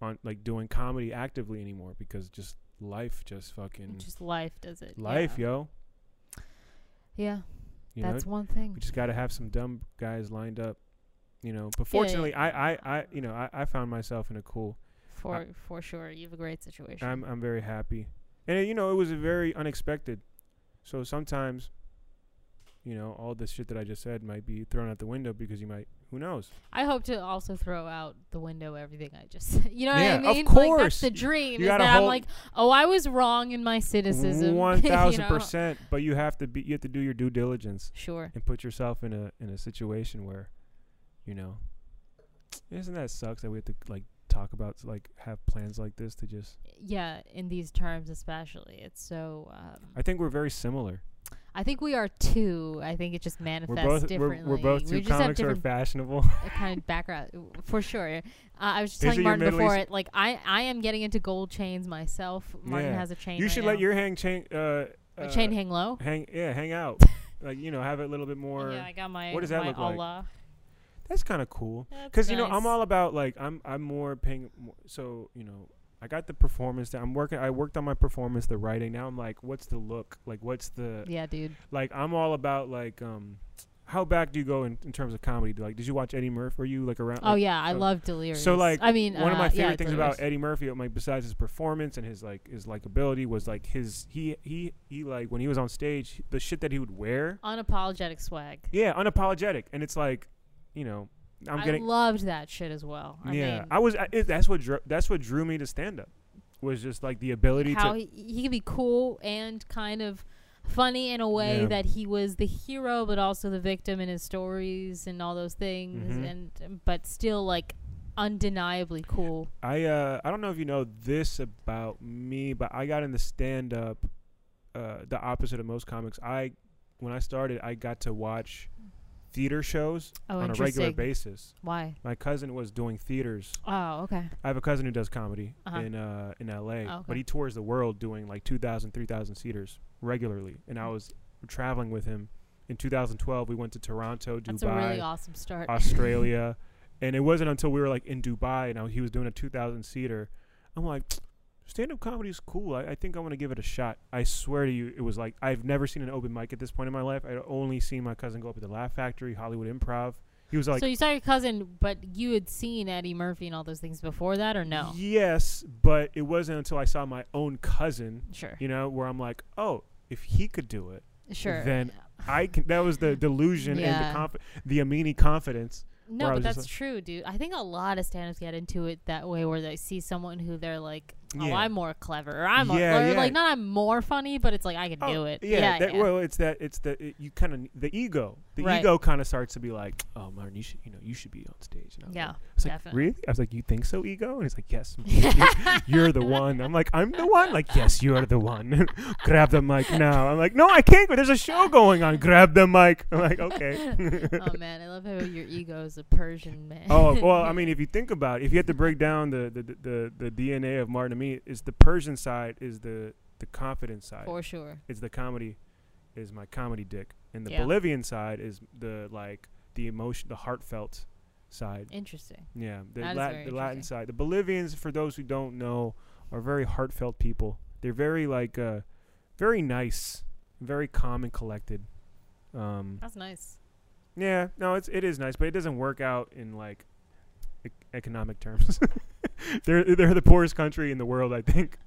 on like doing comedy actively anymore because just life, just fucking just life does it life, yeah, yo. yeah You that's know, one thing we just got to have some dumb guys lined up, you know. But fortunately, I, I, I, you know, I, I found myself in a cool for uh, for sure you have a great situation I'm I'm very happy, and uh, you know it was very unexpected. So sometimes, you know, all this shit that I just said might be thrown out the window because you might, who knows? i hope to also throw out the window everything i just <laughs> said you know Yeah, what of i mean like that's course. the dream You is that gotta i'm hold- like oh i was wrong in my cynicism One thousand <laughs> you know? percent. But you have to be, you have to do your due diligence sure and put yourself in a in a situation where, you know, isn't that sucks that we have to like talk about like have plans like this to just. yeah in these terms especially it's so um, I think we're very similar. I think we are too. I think it just We're manifests both we're, differently. we're both we two just have comics who are different <laughs> fashionable. kind of background for sure. Uh, I was Is just it telling your Martin Middle before East- it. Like I, I am getting into gold chains myself. Martin Yeah. has a chain. you right should now. let your hang chain. Uh, A uh, chain hang <laughs> low. <laughs> hang yeah hang out like you know have it a little bit more yeah, I got my. what does that my look like? Allah. that's kind of cool That's because you know i'm nice. all about like i'm i'm more paying more, so you know i got the performance that i'm working i worked on my performance the writing now i'm like what's the look like what's the Yeah, dude. like i'm all about like um how back do you go in, in terms of comedy like did you watch eddie murphy were you like around Oh like, yeah, I so- love delirious. uh, so like I mean, one of uh, my favorite yeah, things Delirious. about Eddie Murphy, like besides his performance and his like his likability, was like his he he he like when he was on stage, the shit that he would wear unapologetic swag. Yeah, unapologetic, and it's like, you know, I'm I getting. loved that shit as well. I yeah, mean, I was. I, it, that's what drew, that's what drew me to stand up, was just like the ability how to. he, he could be cool and kind of funny in a way Yeah. that he was the hero but also the victim in his stories and all those things Mhm. and but still like undeniably cool I uh, I don't know if you know this about me, but I got into stand up, uh, the opposite of most comics. I when I started, I got to watch theater shows oh on a interesting regular basis. why My cousin was doing theaters. oh okay I have a cousin who does comedy Uh-huh. in uh, in L.A., Oh, okay. but he tours the world doing like 2,000, 3,000 seaters regularly. And Mm. I was traveling with him in 2012. We went to Toronto, Dubai, that's a really <laughs> awesome start Australia, and it wasn't until we were like in Dubai and I, he was doing a 2,000 seater. I'm like, stand up comedy is cool. I, I think I want to give it a shot. I swear to you, it was like I've never seen an open mic at this point in my life. I'd only seen my cousin go up at the Laugh Factory, Hollywood Improv. He was like, <laughs> so you saw your cousin but you had seen eddie murphy and all those things before that or no Yes, but it wasn't until I saw my own cousin, sure you know, where I'm like, oh, if he could do it, sure then I can. That was <laughs> the delusion Yeah. and the conf- the Amini confidence. No, where I but was just that's true, dude. I think a lot of stand-ups get into it that way where they see someone who they're like, oh, Yeah. I'm more clever. Or I'm Yeah, or, yeah. like not I'm more funny, but it's like I can Oh, do it. Yeah, yeah, that, yeah. well, it's that it's the it, you kind of the ego. The Right. ego kind of starts to be like, "Oh, Martin, you should you know you should be on stage." And I was Yeah, like, I was like, definitely. "Really?" I was like, "You think so, ego?" And he's like, <laughs> "Yes, Martin, you- you're the one." I'm like, "I'm the one." Like, "Yes, you are the one." <laughs> Grab the mic now. I'm like, "No, I can't. There's a show going on. Grab the mic." I'm like, "Okay." oh man, I love how your ego is a Persian man. <laughs> oh well, I mean, if you think about, it, if you have to break down the the, the, the DNA of Martin and me, it's the Persian side is the the confident side. for sure. is the comedy is my comedy dick and the Yeah. bolivian side is the like the emotion the heartfelt side Interesting. yeah the, That is Latin, very the latin interesting. side the bolivians for those who don't know are very heartfelt people they're very like uh very nice very calm and collected um That's nice. yeah no it's it is nice but it doesn't work out in like e- economic terms <laughs> they're they're the poorest country in the world i think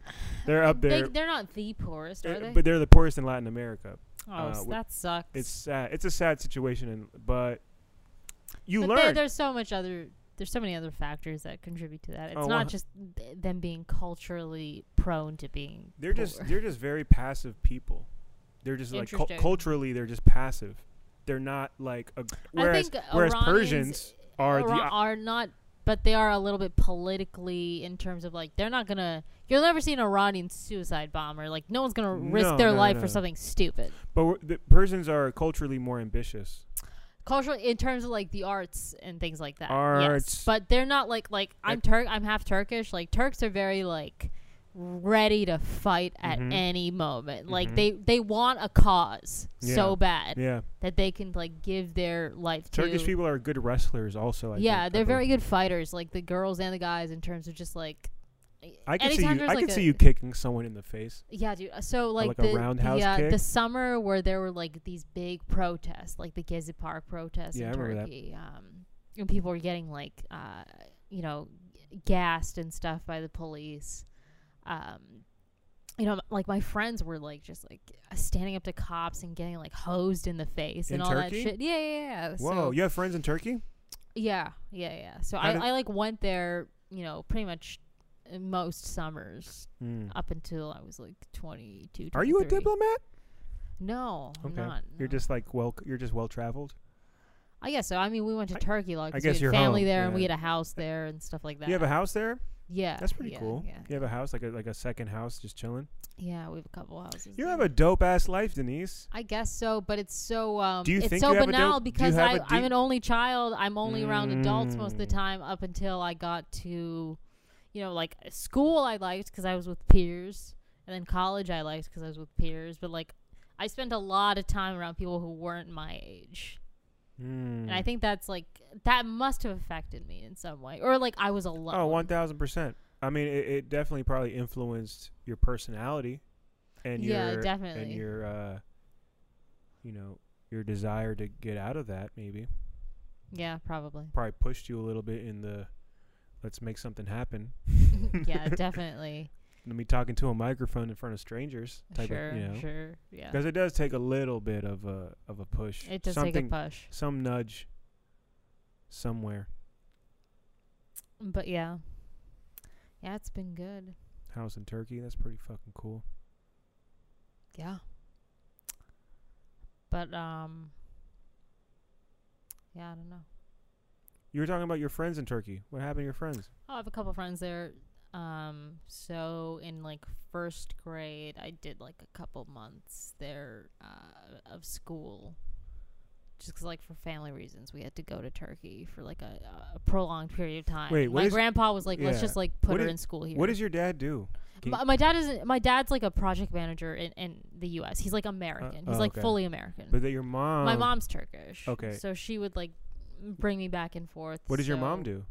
they're up They, there they're not the poorest, are uh, they? but they're the poorest in latin america oh, uh, s- wh- that sucks. it's sad. It's a sad situation, and but you but there- learn. there's so much other. There's so many other factors that contribute to that. It's Oh, not one- just th- them being culturally prone to being. They're just poor. they're just very passive people. They're just like cul Interesting. culturally they're just passive. They're not like a, whereas I think whereas Iranians Persians are the Iran- o- are not, but they are a little bit politically in terms of like they're not gonna. You'll never see an Iranian suicide bomber. Like no one's gonna risk No, their no, life no. for something stupid. but we're- the Persians are culturally more ambitious. Culturally, in terms of like the arts and things like that. Arts. Yes, but they're not like like I'm Ec- Turk. I'm half Turkish. Like Turks are very like ready to fight at Mhm. any moment. Mhm. Like they they want a cause Yeah. so bad Yeah, that they can like give their life to Turkish people are good wrestlers also. I yeah, think, I they're very believe. good fighters, like the girls and the guys, in terms of just like. I can see you. anytime I there's, can like, see a- you kicking someone in the face. Yeah, dude. uh, So like, like a the roundhouse the, uh, kick? the summer where there were like these big protests, like the Gezi Park protests Yeah, I in remember that. Turkey, um, and people were getting like, uh, you know, g- gassed and stuff by the police. Um, you know, like my friends were like just like standing up to cops and getting like hosed in the face In and all Turkey? that shit. Yeah, yeah, yeah. Whoa, so, you have friends in Turkey? Yeah, yeah, yeah. So How I, did- I like went there, you know, pretty much most summers Mm. up until I was like 22. Are you a 23. diplomat? No, I'm Okay. not. You're no. just like well. You're just well traveled. I guess so. I mean, we went to I- Turkey like I we guess had you're family home, there, and we yeah. had a house there and stuff like that. You have a house there. yeah. That's pretty yeah, cool. Yeah, You have a house like a like a second house, just chilling. yeah, we have a couple houses. You there. have a dope ass life, Denise. I guess so, but it's so um, Do you it's think so you have a banal dope- do you because have I, a I'm deep- an only child. I'm only around adults most of the Mm. time up until I got to, you know, like school I liked because I was with peers, and then college I liked because I was with peers. But like, I spent a lot of time around people who weren't my age, Hmm. and Mm. I think that's like that must have affected me in some way, or like I was alone. oh, one thousand percent. I mean, it, it definitely probably influenced your personality, and Yeah, your and definitely. your uh, you know, your desire to get out of that. Maybe Yeah, <laughs> probably. probably pushed you a little bit in the let's make something happen. yeah, definitely. Let me talking to a microphone in front of strangers type sure, of you know, sure. Yeah, because it does take a little bit of a of a push. it does something, take a push, some nudge, somewhere. but yeah, yeah, it's been good. House in Turkey. That's pretty fucking cool. Yeah. But um Yeah, I don't know. You were talking about your friends in Turkey. What happened to your friends? Oh, I have a couple friends there. Um so in like first grade I did like a couple months there uh of school. Just 'cause like for family reasons, we had to go to Turkey for like a, a prolonged period of time. Wait, what my is- grandpa was like, "Let's yeah. just like put What her is- in school here." What does your dad do? Can you- my, my dad is my dad's like a project manager in, in the U.S. He's like American. He's oh, like okay. fully American. But that your mom. my mom's Turkish. Okay. So she would like bring me back and forth. What does your so- mom do?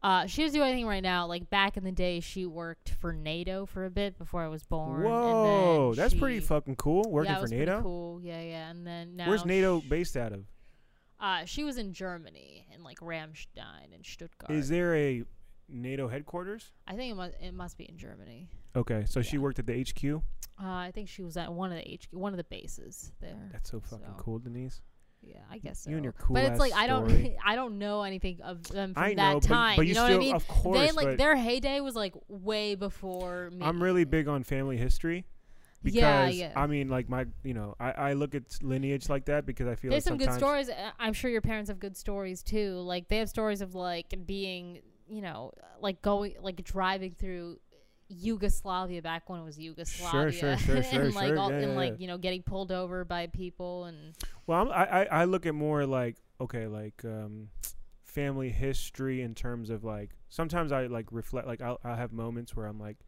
Uh, she doesn't do anything right now. Like back in the day, she worked for NATO for a bit before I was born. and then Whoa, that's pretty she- fucking cool. Working yeah, it for was pretty NATO. Cool. Yeah, yeah. And then now Where's NATO sh- based out of? uh, she was in Germany in like Ramstein and Stuttgart. Is there a NATO headquarters? I think it must it must be in Germany. Okay, so she Yeah. worked at the HQ. Uh, I think she was at one of the HQ, one of the bases there. That's so fucking So- cool, Denise. Yeah, I guess so. You and your cool but it's ass like I don't, story. <laughs> I don't know anything of them from I that know, but- time. but you, you know still, what I mean? of course. they like but their heyday was like way before me. I'm really big on family history because Yeah, yeah. I mean, like my, you know, I, I look at lineage like that because I feel There's like some good sometimes- stories. uh, I'm sure your parents have good stories too. Like they have stories of like being, you know, like going, like driving through Yugoslavia back when it was Yugoslavia, sure, sure, <laughs> sure, and like sure. all, Yeah, and yeah, like yeah. you know getting pulled over by people and Well, I'm, I I- I look at more like okay, like um, family history in terms of like sometimes I like reflect like I'll, I'll have moments where I'm like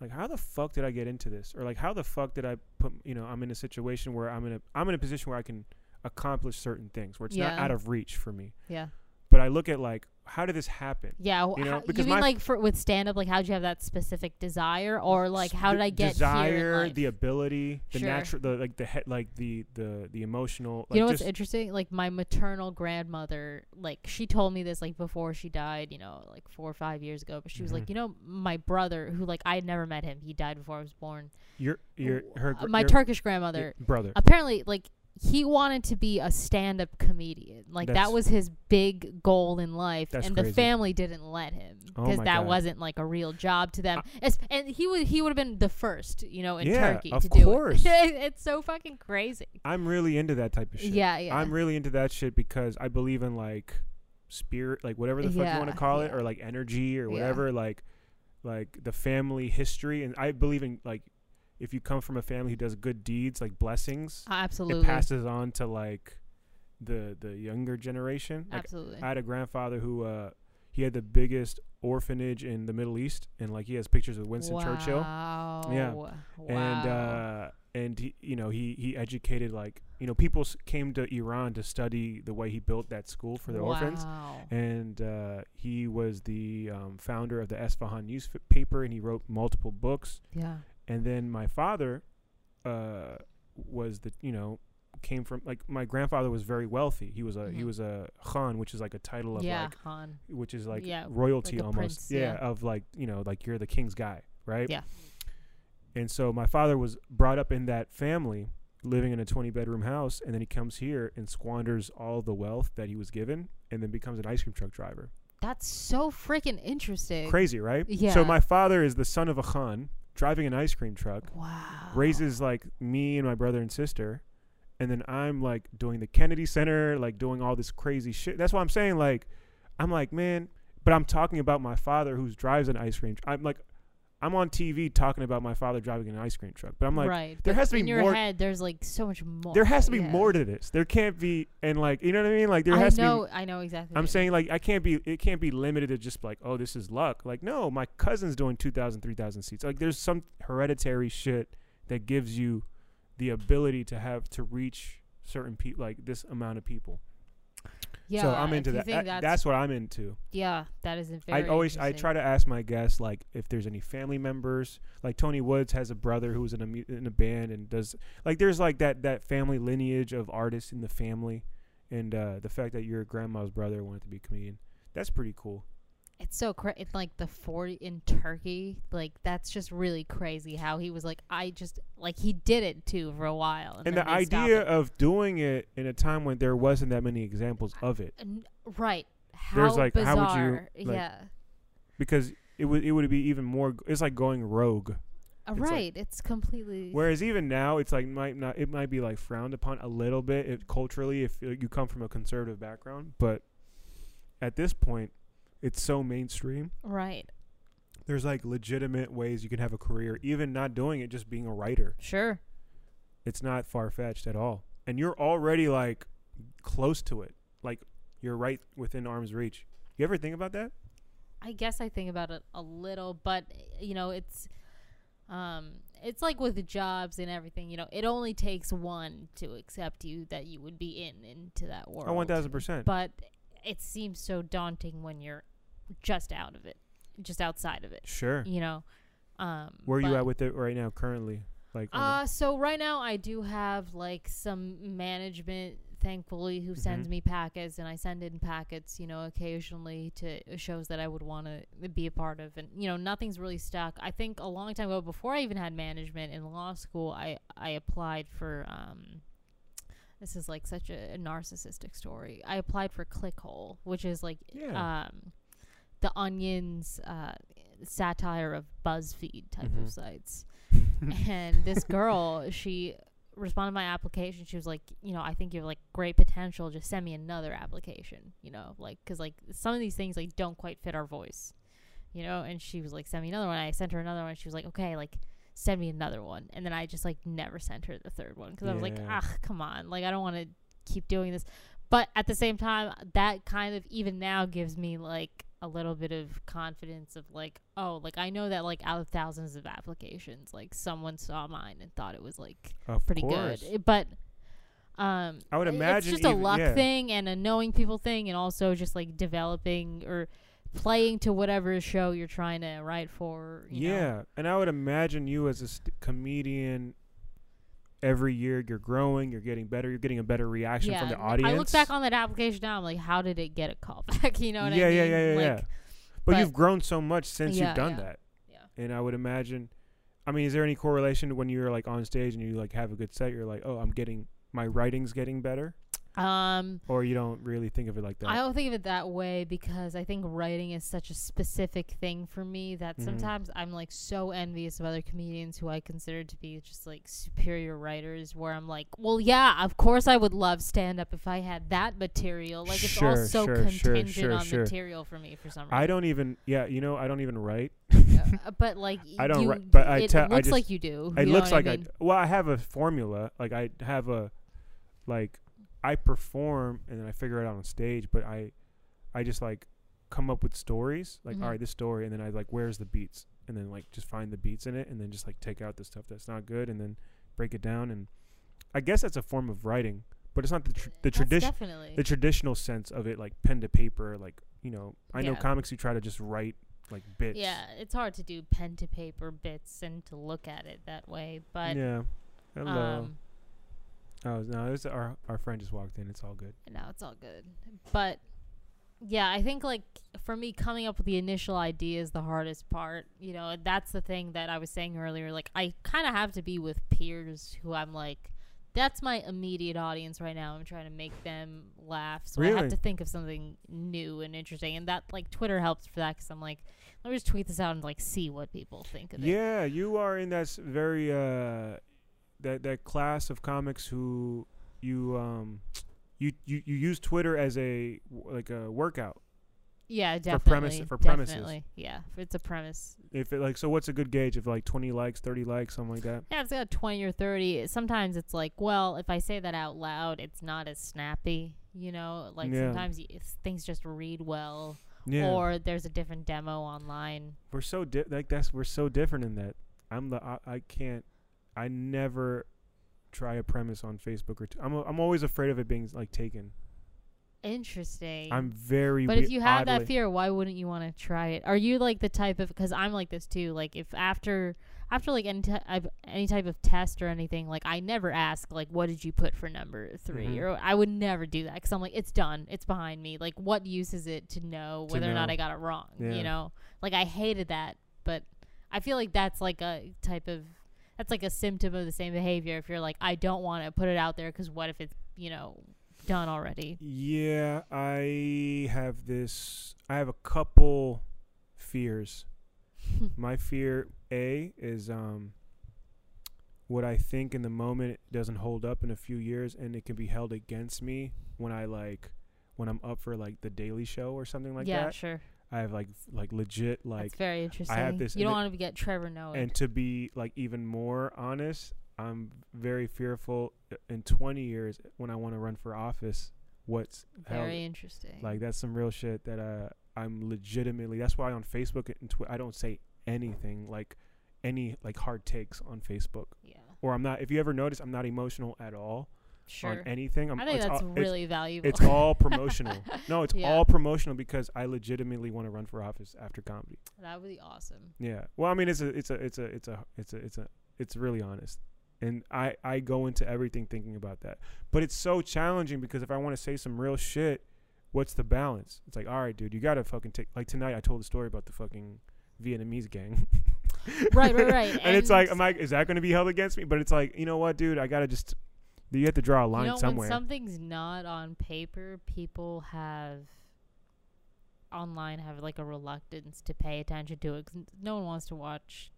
like how the fuck did I get into this or like how the fuck did I put you know I'm in a situation where I'm in a I'm in a position where I can accomplish certain things where it's not Yeah. out of reach for me. yeah, But I look at like how did this happen? yeah. wh- You know, how- because mean my- like for with stand up, like how'd you have that specific desire, or like how The did I get desire, here? in life? the ability, the Sure. natural, the like the he- like the the the emotional. Like you know what's just, interesting? Like my maternal grandmother, like she told me this like before she died, you know, like four or five years ago. But she was Mhm. like, you know, my brother, who like I had never met him, he died before I was born. your your her Uh, gr- my Uh, your- Turkish your grandmother, brother. apparently, like he wanted to be a stand-up comedian. Like That's- that was his big goal in life, That's and crazy. the family didn't let him Oh because my that God. wasn't like a real job to them. As- and he would he would have been the first, you know, in Yeah, Turkey of to do course. it. <laughs> it's so fucking crazy. I'm really into that type of shit. Yeah, yeah. I'm really into that shit because I believe in like spirit, like whatever the fuck you want Yeah, to call it, yeah. or like energy or Yeah. whatever, like like the family history. And I believe in like if you come from a family who does good deeds, like blessings, Absolutely. it passes on to like the the younger generation. Like Absolutely. I had a grandfather who uh he had the biggest orphanage in the Middle East, and like he has pictures of Winston Churchill. Yeah. Wow. and uh, and he, you know he he educated like you know people s- came to Iran to study the way he built that school for the orphans. Wow. And uh, he was the um, founder of the Esfahan newspaper, and he wrote multiple books. Yeah. And then my father uh, was the you know came from like my grandfather was very wealthy. He was a he Mhm. was a khan, which is like a title of Yeah. like Han. which is like Yeah, royalty like a almost. prince, yeah, yeah. of like you know, like you're the king's guy, right? Yeah. And so my father was brought up in that family, living in a 20 bedroom house, and then he comes here and squanders all the wealth that he was given, and then becomes an ice cream truck driver. That's so freaking interesting. Crazy, right? Yeah. So my father is the son of a khan, driving an ice cream truck, Wow. raises like me and my brother and sister, and then I'm like doing the Kennedy Center, like doing all this crazy shit. That's why I'm saying like, I'm like man, but I'm talking about my father who drives an ice cream. tr- I'm like, I'm on TV talking about my father driving an ice cream truck, but I'm like, right. there but has to be in your more- head. There's like so much more. there has to be Yeah. more to this. There can't be, and like, you know what I mean? Like there I has to know. be. I know exactly. what I'm you saying like I can't be it can't be limited to just like oh this is luck like no my cousin's doing 2,000 3,000 seats like there's some hereditary shit that gives you the ability to have to reach certain people like this amount of people mean. Yeah. so I'm if into you that. think That- that's, that's what I'm into yeah. That is I very. always I try to ask my guests like if there's any family members like Tony Woods has a brother who's in a mu- in a band and does like there's like that that family lineage of artists in the family and uh the fact that your grandma's brother wanted to be a comedian that's pretty cool It's so crazy. It's like the 40 in Turkey. Like that's just really crazy. How he was like, I just like he did it too for a while. And, and then the they stopped idea it. of doing it in a time when there wasn't that many examples of it N- right. How There's, like, how bizarre. would you, like, yeah. because it would it would be even more g- it's like going rogue Uh, It's like- right. it's completely. Whereas even now, it's like might not it might be like frowned upon a little bit if, culturally if uh, you come from a conservative background, but at this point, it's so mainstream. right. There's like legitimate ways you can have a career, even not doing it, just being a writer. Sure. It's not far fetched at all, and you're already like close to it. Like you're right within arm's reach. You ever think about that? I guess I think about it a little, but eh, you know, it's um it's like with the jobs and everything, you know, it only takes one to accept you that you would be in into that world. I Oh, one thousand percent. But it seems so daunting when you're just out of it, just outside of it, Sure. you know. Um Where are you but- at with it right now, currently? Like on the- Uh, so right now I do have like some management, thankfully, who sends Mhm. me packets, and I send in packets, you know, occasionally to shows that I would want to be a part of, and you know, nothing's really stuck. I think a long time ago, before I even had management in law school, I I applied for um this is like such a, a narcissistic story. I applied for Clickhole, which is like Yeah. um, the Onion's uh, satire of BuzzFeed type Mhm. of sites. and this girl, she responded to my application. She was like, you know, I think you have like great potential. Just send me another application, you know, like because like some of these things like don't quite fit our voice, you know. And she was like, send me another one. I sent her another one. She was like, okay, like send me another one. And then I just like never sent her the third one because I was like, Yeah. ah, come on, like I don't want to keep doing this. But at the same time, that kind of even now gives me like a little bit of confidence of like, oh, like I know that like out of thousands of applications, like someone saw mine and thought it was like Of pretty course. good. Eh, But um, I would it- imagine it's just even- a luck yeah. thing and a knowing people thing, and also just like developing or playing to whatever show you're trying to write for. You know? yeah, and I would imagine you as a st- comedian. Every year, you're growing, you're getting better, you're getting a better reaction from the n- audience. I look back on that application now. I'm like, how did it get a call back? <laughs> You know what yeah, I mean? yeah, yeah, yeah, Like, yeah. But, but- you've grown so much since Yeah, you've done yeah, that. yeah. And I would imagine, I mean, is there any correlation to when you're like on stage and you like have a good set? You're like, oh, I'm getting my writing's getting better, Um, or you don't really think of it like that. I don't think of it that way because I think writing is such a specific thing for me that Mhm. sometimes I'm like so envious of other comedians who I consider to be just like superior writers where I'm like, well, yeah, of course I would love stand up if I had that material. Like it's all Sure, so sure, sure, contingent sure, on sure. material for me for some reason. I don't even. Yeah, you know, I don't even write. Uh, but like <laughs> I don't you, write- but I it te- I looks just- like you do. It you know looks like what I, I, mean? well, I have a formula. Like I have a like I perform and then I figure it out on stage, but I I just like come up with stories. Like Mhm. all right, this story and then I like where's the beats? And then like just find the beats in it and then just like take out the stuff that's not good and then break it down and I guess that's a form of writing, but it's not the tr- the That's tradition definitely. the traditional sense of it like pen to paper like you know, I know Yeah. comics who try to just write like bits. yeah, it's hard to do pen to paper bits and to look at it that way, but Yeah. Hello. um Oh no, it was our our friend just walked in. It's all good. No, it's all good. But yeah, I think like for me, coming up with the initial idea is the hardest part. You know, and that's the thing that I was saying earlier. Like, I kind of have to be with peers who I'm like, that's my immediate audience right now. I'm trying to make them laugh, so I Really? have to think of something new and interesting. And that like Twitter helps for that because I'm like, let me just tweet this out and like see what people think of it. Yeah, you are in that s- very uh, that that class of comics who you um you you, you use Twitter as a w- like a workout. Yeah, For definitely. premise- for premises. Definitely. Yeah, it's a premise. If it like so, what's a good gauge of like twenty likes, thirty likes, something like that? Yeah, if it's got 20 or 30. Sometimes it's like, well, if I say that out loud, it's not as snappy, you know? Like Yeah. sometimes y- it's- things just read well Yeah, or there's a different demo online. we're so di- like that's we're so different in that. I'm the I, I can't I never try a premise on Facebook or t- I'm a, I'm always afraid of it being like taken. Interesting. I'm very but wei- if you have that oddly- fear, why wouldn't you want to try it? Are you like the type of cuz I'm like this too, like if after after like any, ty- I've- any type of test or anything, like I never ask like what did you put for number 3 Mhm. or I would never do that cuz I'm like it's done, it's behind me. Like what use is it to know To whether or not know. I got it wrong, Yeah. you know? Like I hated that, but I feel like that's like a type of that's like a symptom of the same behavior if you're like I don't want to put it out there cuz what if it's, you know, done already? Yeah, I have this. I have a couple fears. <laughs> My fear A is um what I think in the moment doesn't hold up in a few years and it can be held against me when I like when I'm up for like the daily show or something like yeah, that. sure. I have like f- like legit like That's very interesting. this- you don't and want to get Trevor Noah. and to be like even more honest, I'm very fearful i- in 20 years when I want to run for office what's held very interesting. Like that's some real shit that uh, I'm legitimately. That's why on Facebook and Twitter I don't say anything like any like hard takes on Facebook. yeah, Or I'm not. If you ever notice, I'm not emotional at all on sure. anything. I'm, I think it's that's all, it's- really valuable. It's, all <laughs> promotional. No, it's Yeah. all promotional because I legitimately want to run for office after comedy. that would be awesome. Yeah. Well, I mean, it's a, it's a, it's a, it's a, it's a, it's a, it's really honest. And I, I go into everything thinking about that. But it's so challenging because if I want to say some real shit, what's the balance? It's like, all right, dude, you gotta fucking take. Like tonight, I told a story about the fucking Vietnamese gang. <laughs> Right, right, right. and, it's like, am And- I? Is that gonna be held against me? But it's like, you know what, dude, I gotta just You have to draw a line you know, somewhere. When something's not on paper, people have online have like a reluctance to pay attention to it 'cause no one wants to watch.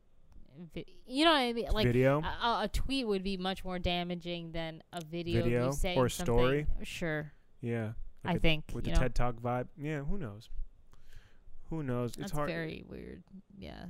Vi- you know what I mean? Like uh, Video. A, a- a tweet would be much more damaging than a video, of you Video saying or a something. story. Sure, yeah. I Like a- think With you the know, TED Talk vibe. Yeah. Who knows? Who knows? that's it's hard. very weird. Yeah,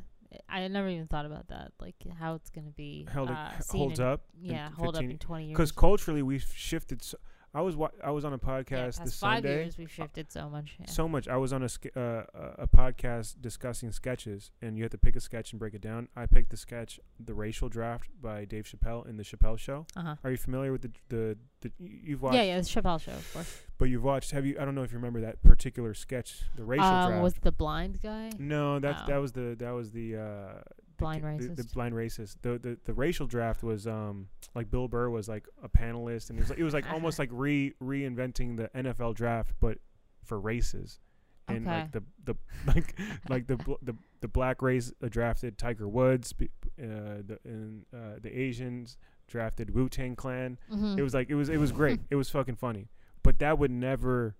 I I never even thought about that. Like how it's gonna be held it uh, h- seen holds in- up. Yeah, hold up in twenty years. Because culturally we've shifted. So, I was wa- I was on a yeah, podcast past this five Sunday. years we've shifted so much. Yeah. so much. I was on a ske- uh, a- a podcast discussing sketches, and you have to pick a sketch and break it down. I picked the sketch "The Racial Draft" by Dave Chappelle in the Chappelle Show. uh huh. Are you familiar with the the, the you- you've watched? Yeah, yeah, it's Chappelle show, of course. But you've watched. Have you? I don't know if you remember that particular sketch, the racial Um, draft. was the blind guy no, that's Oh. that was the that was the uh, blind the, racist? The, blind racist. The, the the racial draft was um like Bill Burr was like a panelist, and it was like, it was <laughs> like almost like re reinventing the NFL draft, but for races. And like the the <laughs> like like the bl- the the black race uh, drafted Tiger Woods, b- uh, the and, uh, the Asians drafted Wu Tang Clan, Mhm. it was like it was it was <laughs> great. Mm. it was fucking funny. But that would never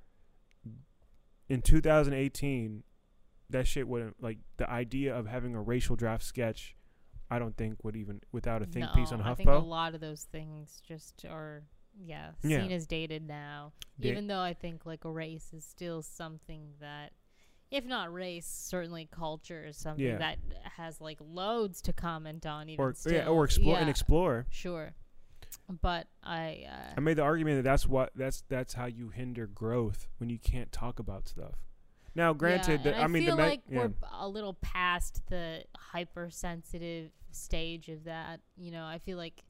in 2018 that shit wouldn't like the idea of having a racial draft sketch I don't think would even without a think piece on No, I think a HuffPo. lot of those things just are yeah Yeah. seen as dated now. Da- Even though I think like a race is still something that, if not race, certainly culture is something Yeah. that has like loads to comment on. Even or still. yeah, or explore and Yeah, explore. Sure, but I. Uh, I made the argument that that's what that's that's how you hinder growth when you can't talk about stuff. Now, granted, yeah, that and I, mean, feel the me- like yeah. we're b- a little past the hypersensitive stage of that. You know, I feel like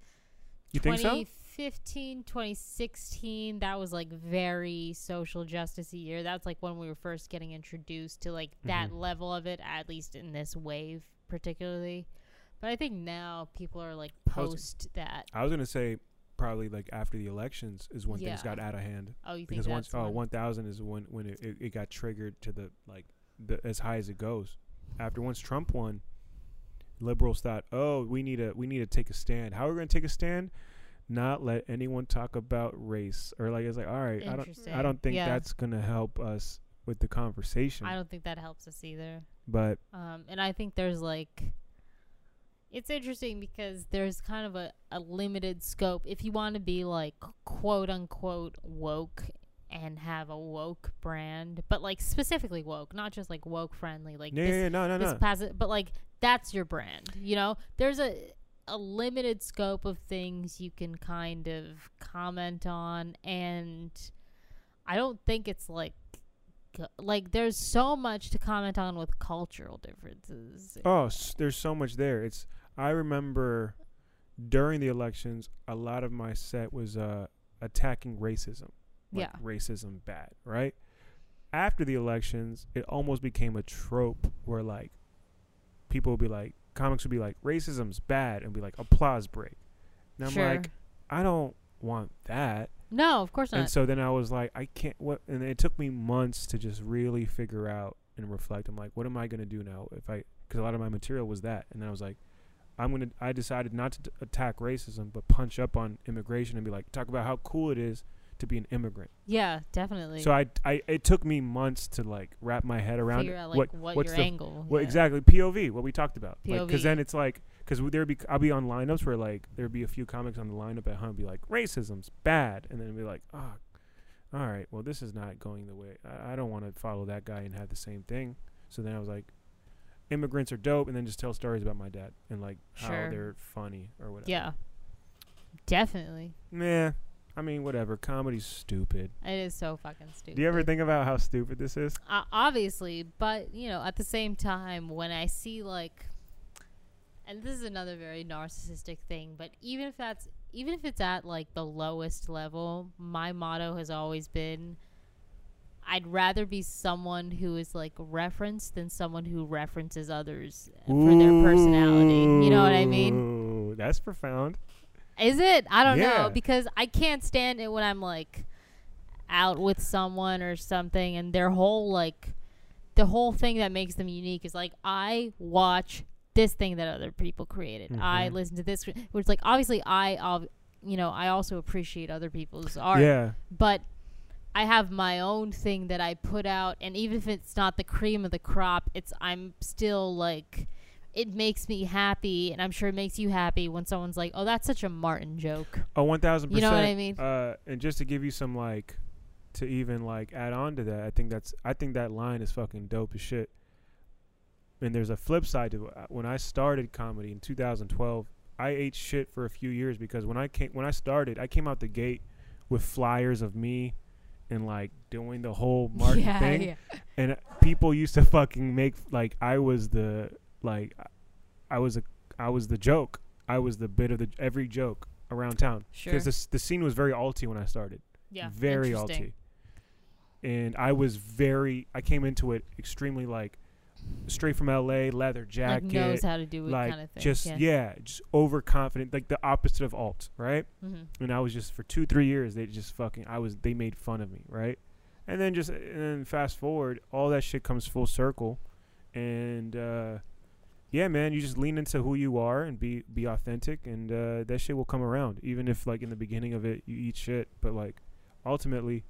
you think so? 2015, 2016, that was like very social justice year. That's like when we were first getting introduced to like that Mhm. level of it, at least in this wave particularly. But I think now people are like post that. I was gonna say probably like after the elections is when things Yeah. got out of hand. Oh, you think because once that's oh when- 1000 is when when it, it, it got triggered to the like the as high as it goes after once trump won liberals thought oh we need a we need to take a stand how are we going to take a stand not let anyone talk about race or like it's like all right i don't i Interesting. don't think Yeah. that's going to help us with the conversation I don't think that helps us either. but Um, and I think there's like, it's interesting because there's kind of a, a limited scope. If you want to be like quote unquote woke and have a woke brand, but like specifically woke, not just like woke friendly, like yeah, yeah, this, yeah, no no this no posi- but like that's your brand, you know? There's a, a limited scope of things you can kind of comment on and I don't think it's like g- like there's so much to comment on with cultural differences. oh s- there's so much there it's i remember during the elections a lot of my set was uh attacking racism like yeah. racism bad, right? After the elections, it almost became a trope where like people would be like, comics would be like, racism's bad, and be like, applause break. And I'm sure. like, I don't want that. no, of course And not. so then I was like, I can't. What? And it took me months to just really figure out and reflect. I'm like, what am I gonna do now if I? Because a lot of my material was that, and then I was like, I'm gonna. I decided not to t- attack racism, but punch up on immigration and be like, talk about how cool it is to be an immigrant. Yeah, definitely. So I, I, it took me months to like wrap my head around figure it. out what, like what, what's your the- angle. what yeah. exactly POV? What we talked about. Because POV. then it's like, because there be, I'll be on lineups where like there'd be a few comics on the lineup at home be like, racism's bad, and then be like, ah, all right, well this is not going the way. I, I don't want to follow that guy and have the same thing. So then I was like, immigrants are dope, and then just tell stories about my dad and like how Sure. they're funny or whatever. Yeah. Definitely. Nah, I mean whatever. Comedy's stupid. It is so fucking stupid. Do you ever think about how stupid this is? uh, obviously but you know at the same time when i see like and this is another very narcissistic thing but even if that's even if it's at like the lowest level my motto has always been i'd rather be someone who is like referenced than someone who references others for their personality you know what i mean Ooh, That's profound. is it? I don't Yeah. know because I can't stand it when I'm like out with someone or something and their whole like the whole thing that makes them unique is like I watch this thing that other people created. I Mhm. listen to this which like obviously I ob- you know, I also appreciate other people's art. Yeah. But I have my own thing that I put out, and even if it's not the cream of the crop, it's I'm still like, it makes me happy, and I'm sure it makes you happy when someone's like, "Oh, that's such a Martin joke." Oh, one thousand You percent. know what I mean? Uh, and just to give you some like, to even like add on to that, I think that's I think that line is fucking dope as shit. And there's a flip side to it. when I started comedy in 2012. I ate shit for a few years because when I came when I started, I came out the gate with flyers of me and like doing the whole <laughs> Martin <laughs> yeah, thing yeah. and people used to fucking make like I was the like I was a I was the joke. I was the bit of the every joke around town Sure. because the the scene was very alty when I started. Yeah, very interesting. alty. And I was very I came into it extremely like straight from LA, leather Like jacket, knows how to do it, like, kind of thing. just yeah. just overconfident, like the opposite of alt, right? Mhm. and I was just for two three years they just fucking I was they made fun of me right and then just and then fast forward all that shit comes full circle and uh yeah man you just lean into who you are and be be authentic and uh that shit will come around even if like in the beginning of it you eat shit but like ultimately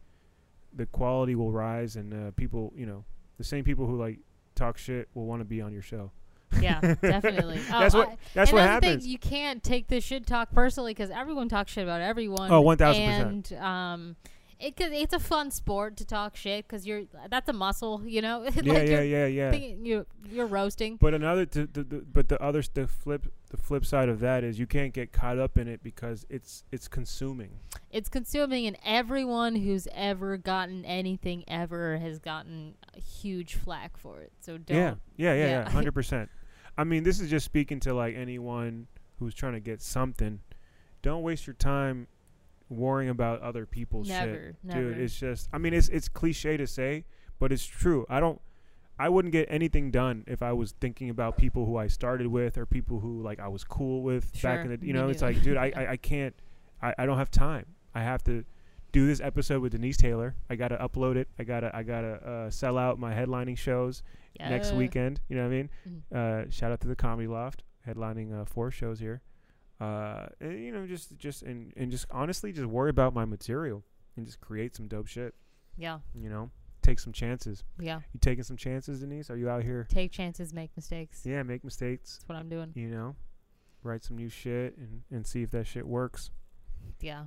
the quality will rise and uh people you know the same people who like talk shit will want to be on your show <laughs> yeah, definitely. Oh, that's what I- that's and what the happens Thing, you can't take this shit talk personally because everyone talks shit about everyone. Oh, 1000%. And um, it, 'cause it's a fun sport to talk shit because you're that's a muscle, you know. <laughs> like yeah yeah you're, yeah yeah Thinking, you're you're roasting. But another, t- the, the, but the other, s- the flip, the flip side of that is you can't get caught up in it because it's it's consuming. It's consuming, and everyone who's ever gotten anything ever has gotten a huge flack for it. So don't. Yeah, yeah, yeah, Yeah. yeah, hundred percent. I mean, this is just speaking to like anyone who's trying to get something. Don't waste your time worrying about other people's shit, Never, never. dude. It's just, I mean, it's it's cliche to say, but it's true. I don't. I wouldn't get anything done if I was thinking about people who I started with or people who like I was cool with back Sure, in the me you know it's neither. like <laughs> dude I, I, I can't I, I don't have time I have to do this episode with Denise Taylor I gotta upload it I gotta I gotta uh, sell out my headlining shows next Yeah. weekend you know what I mean uh, shout out to the Comedy Loft headlining uh, four shows here uh, and, you know just just and, and just honestly just worry about my material and just create some dope shit Yeah, you know take some chances yeah. you taking some chances Denise are you out here Take chances, make mistakes. yeah, make mistakes, That's what I'm doing. you know, write some new shit and, and see if that shit works. Yeah.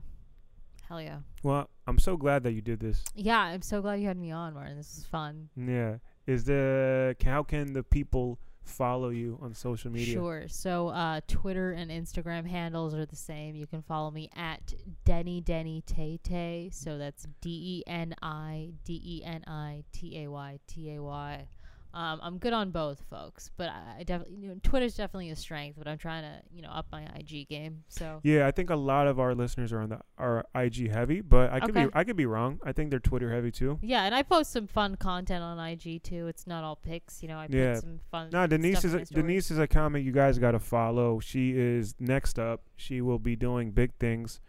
Hell yeah. Well, I'm so glad that you did this. Yeah, I'm so glad you had me on, Martin. This is fun. Yeah. Is the ca- how can the people follow you on social media? Sure. So uh, Twitter and Instagram handles are the same. You can follow me at Denny Denny Tay Tay. So that's D E N I D E N I T A Y T A Y. Um, I'm good on both, folks. But I, I definitely, you know, Twitter's definitely a strength. But I'm trying to, you know, up my IG game. So Yeah, I think a lot of our listeners are on the are IG heavy, but I could be Okay. Mm, I could be wrong. I think they're Twitter heavy too. yeah, and I post some fun content on IG too. It's not all pics, you know. I put Yeah. some fun. No, Denise stuff is in a, my stories. Denise is a comic you guys got to follow. She is next up. She will be doing big things.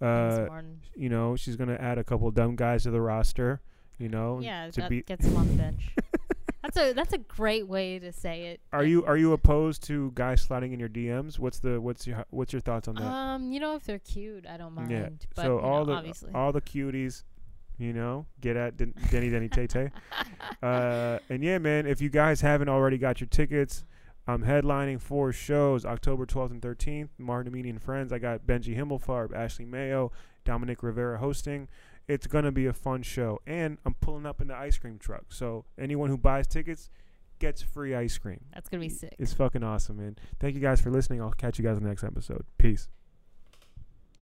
Thanks, Uh, Martin. you know, she's gonna add a couple dumb guys to the roster. You know, Yeah, to that be gets him on the <laughs> bench. that's a that's a great way to say it. Are you are you opposed to guys sliding in your DMs? What's the what's your what's your thoughts on that? Um, you know, if they're cute, I don't mind. Yeah, But so you all know, the obviously. all the cuties, you know, get at Den- Denny Denny Tay Tay. Uh, and yeah, man, if you guys haven't already got your tickets, I'm headlining four shows October 12th and 13th. Martin Amini and friends. I got Benji Himmelfarb, Ashley Mayo, Dominic Rivera hosting. It's gonna be a fun show, and I'm pulling up in the ice cream truck. So anyone who buys tickets gets free ice cream. <laughs> That's gonna be sick. It's fucking awesome, man. Thank you guys for listening. I'll catch you guys in the next episode. Peace.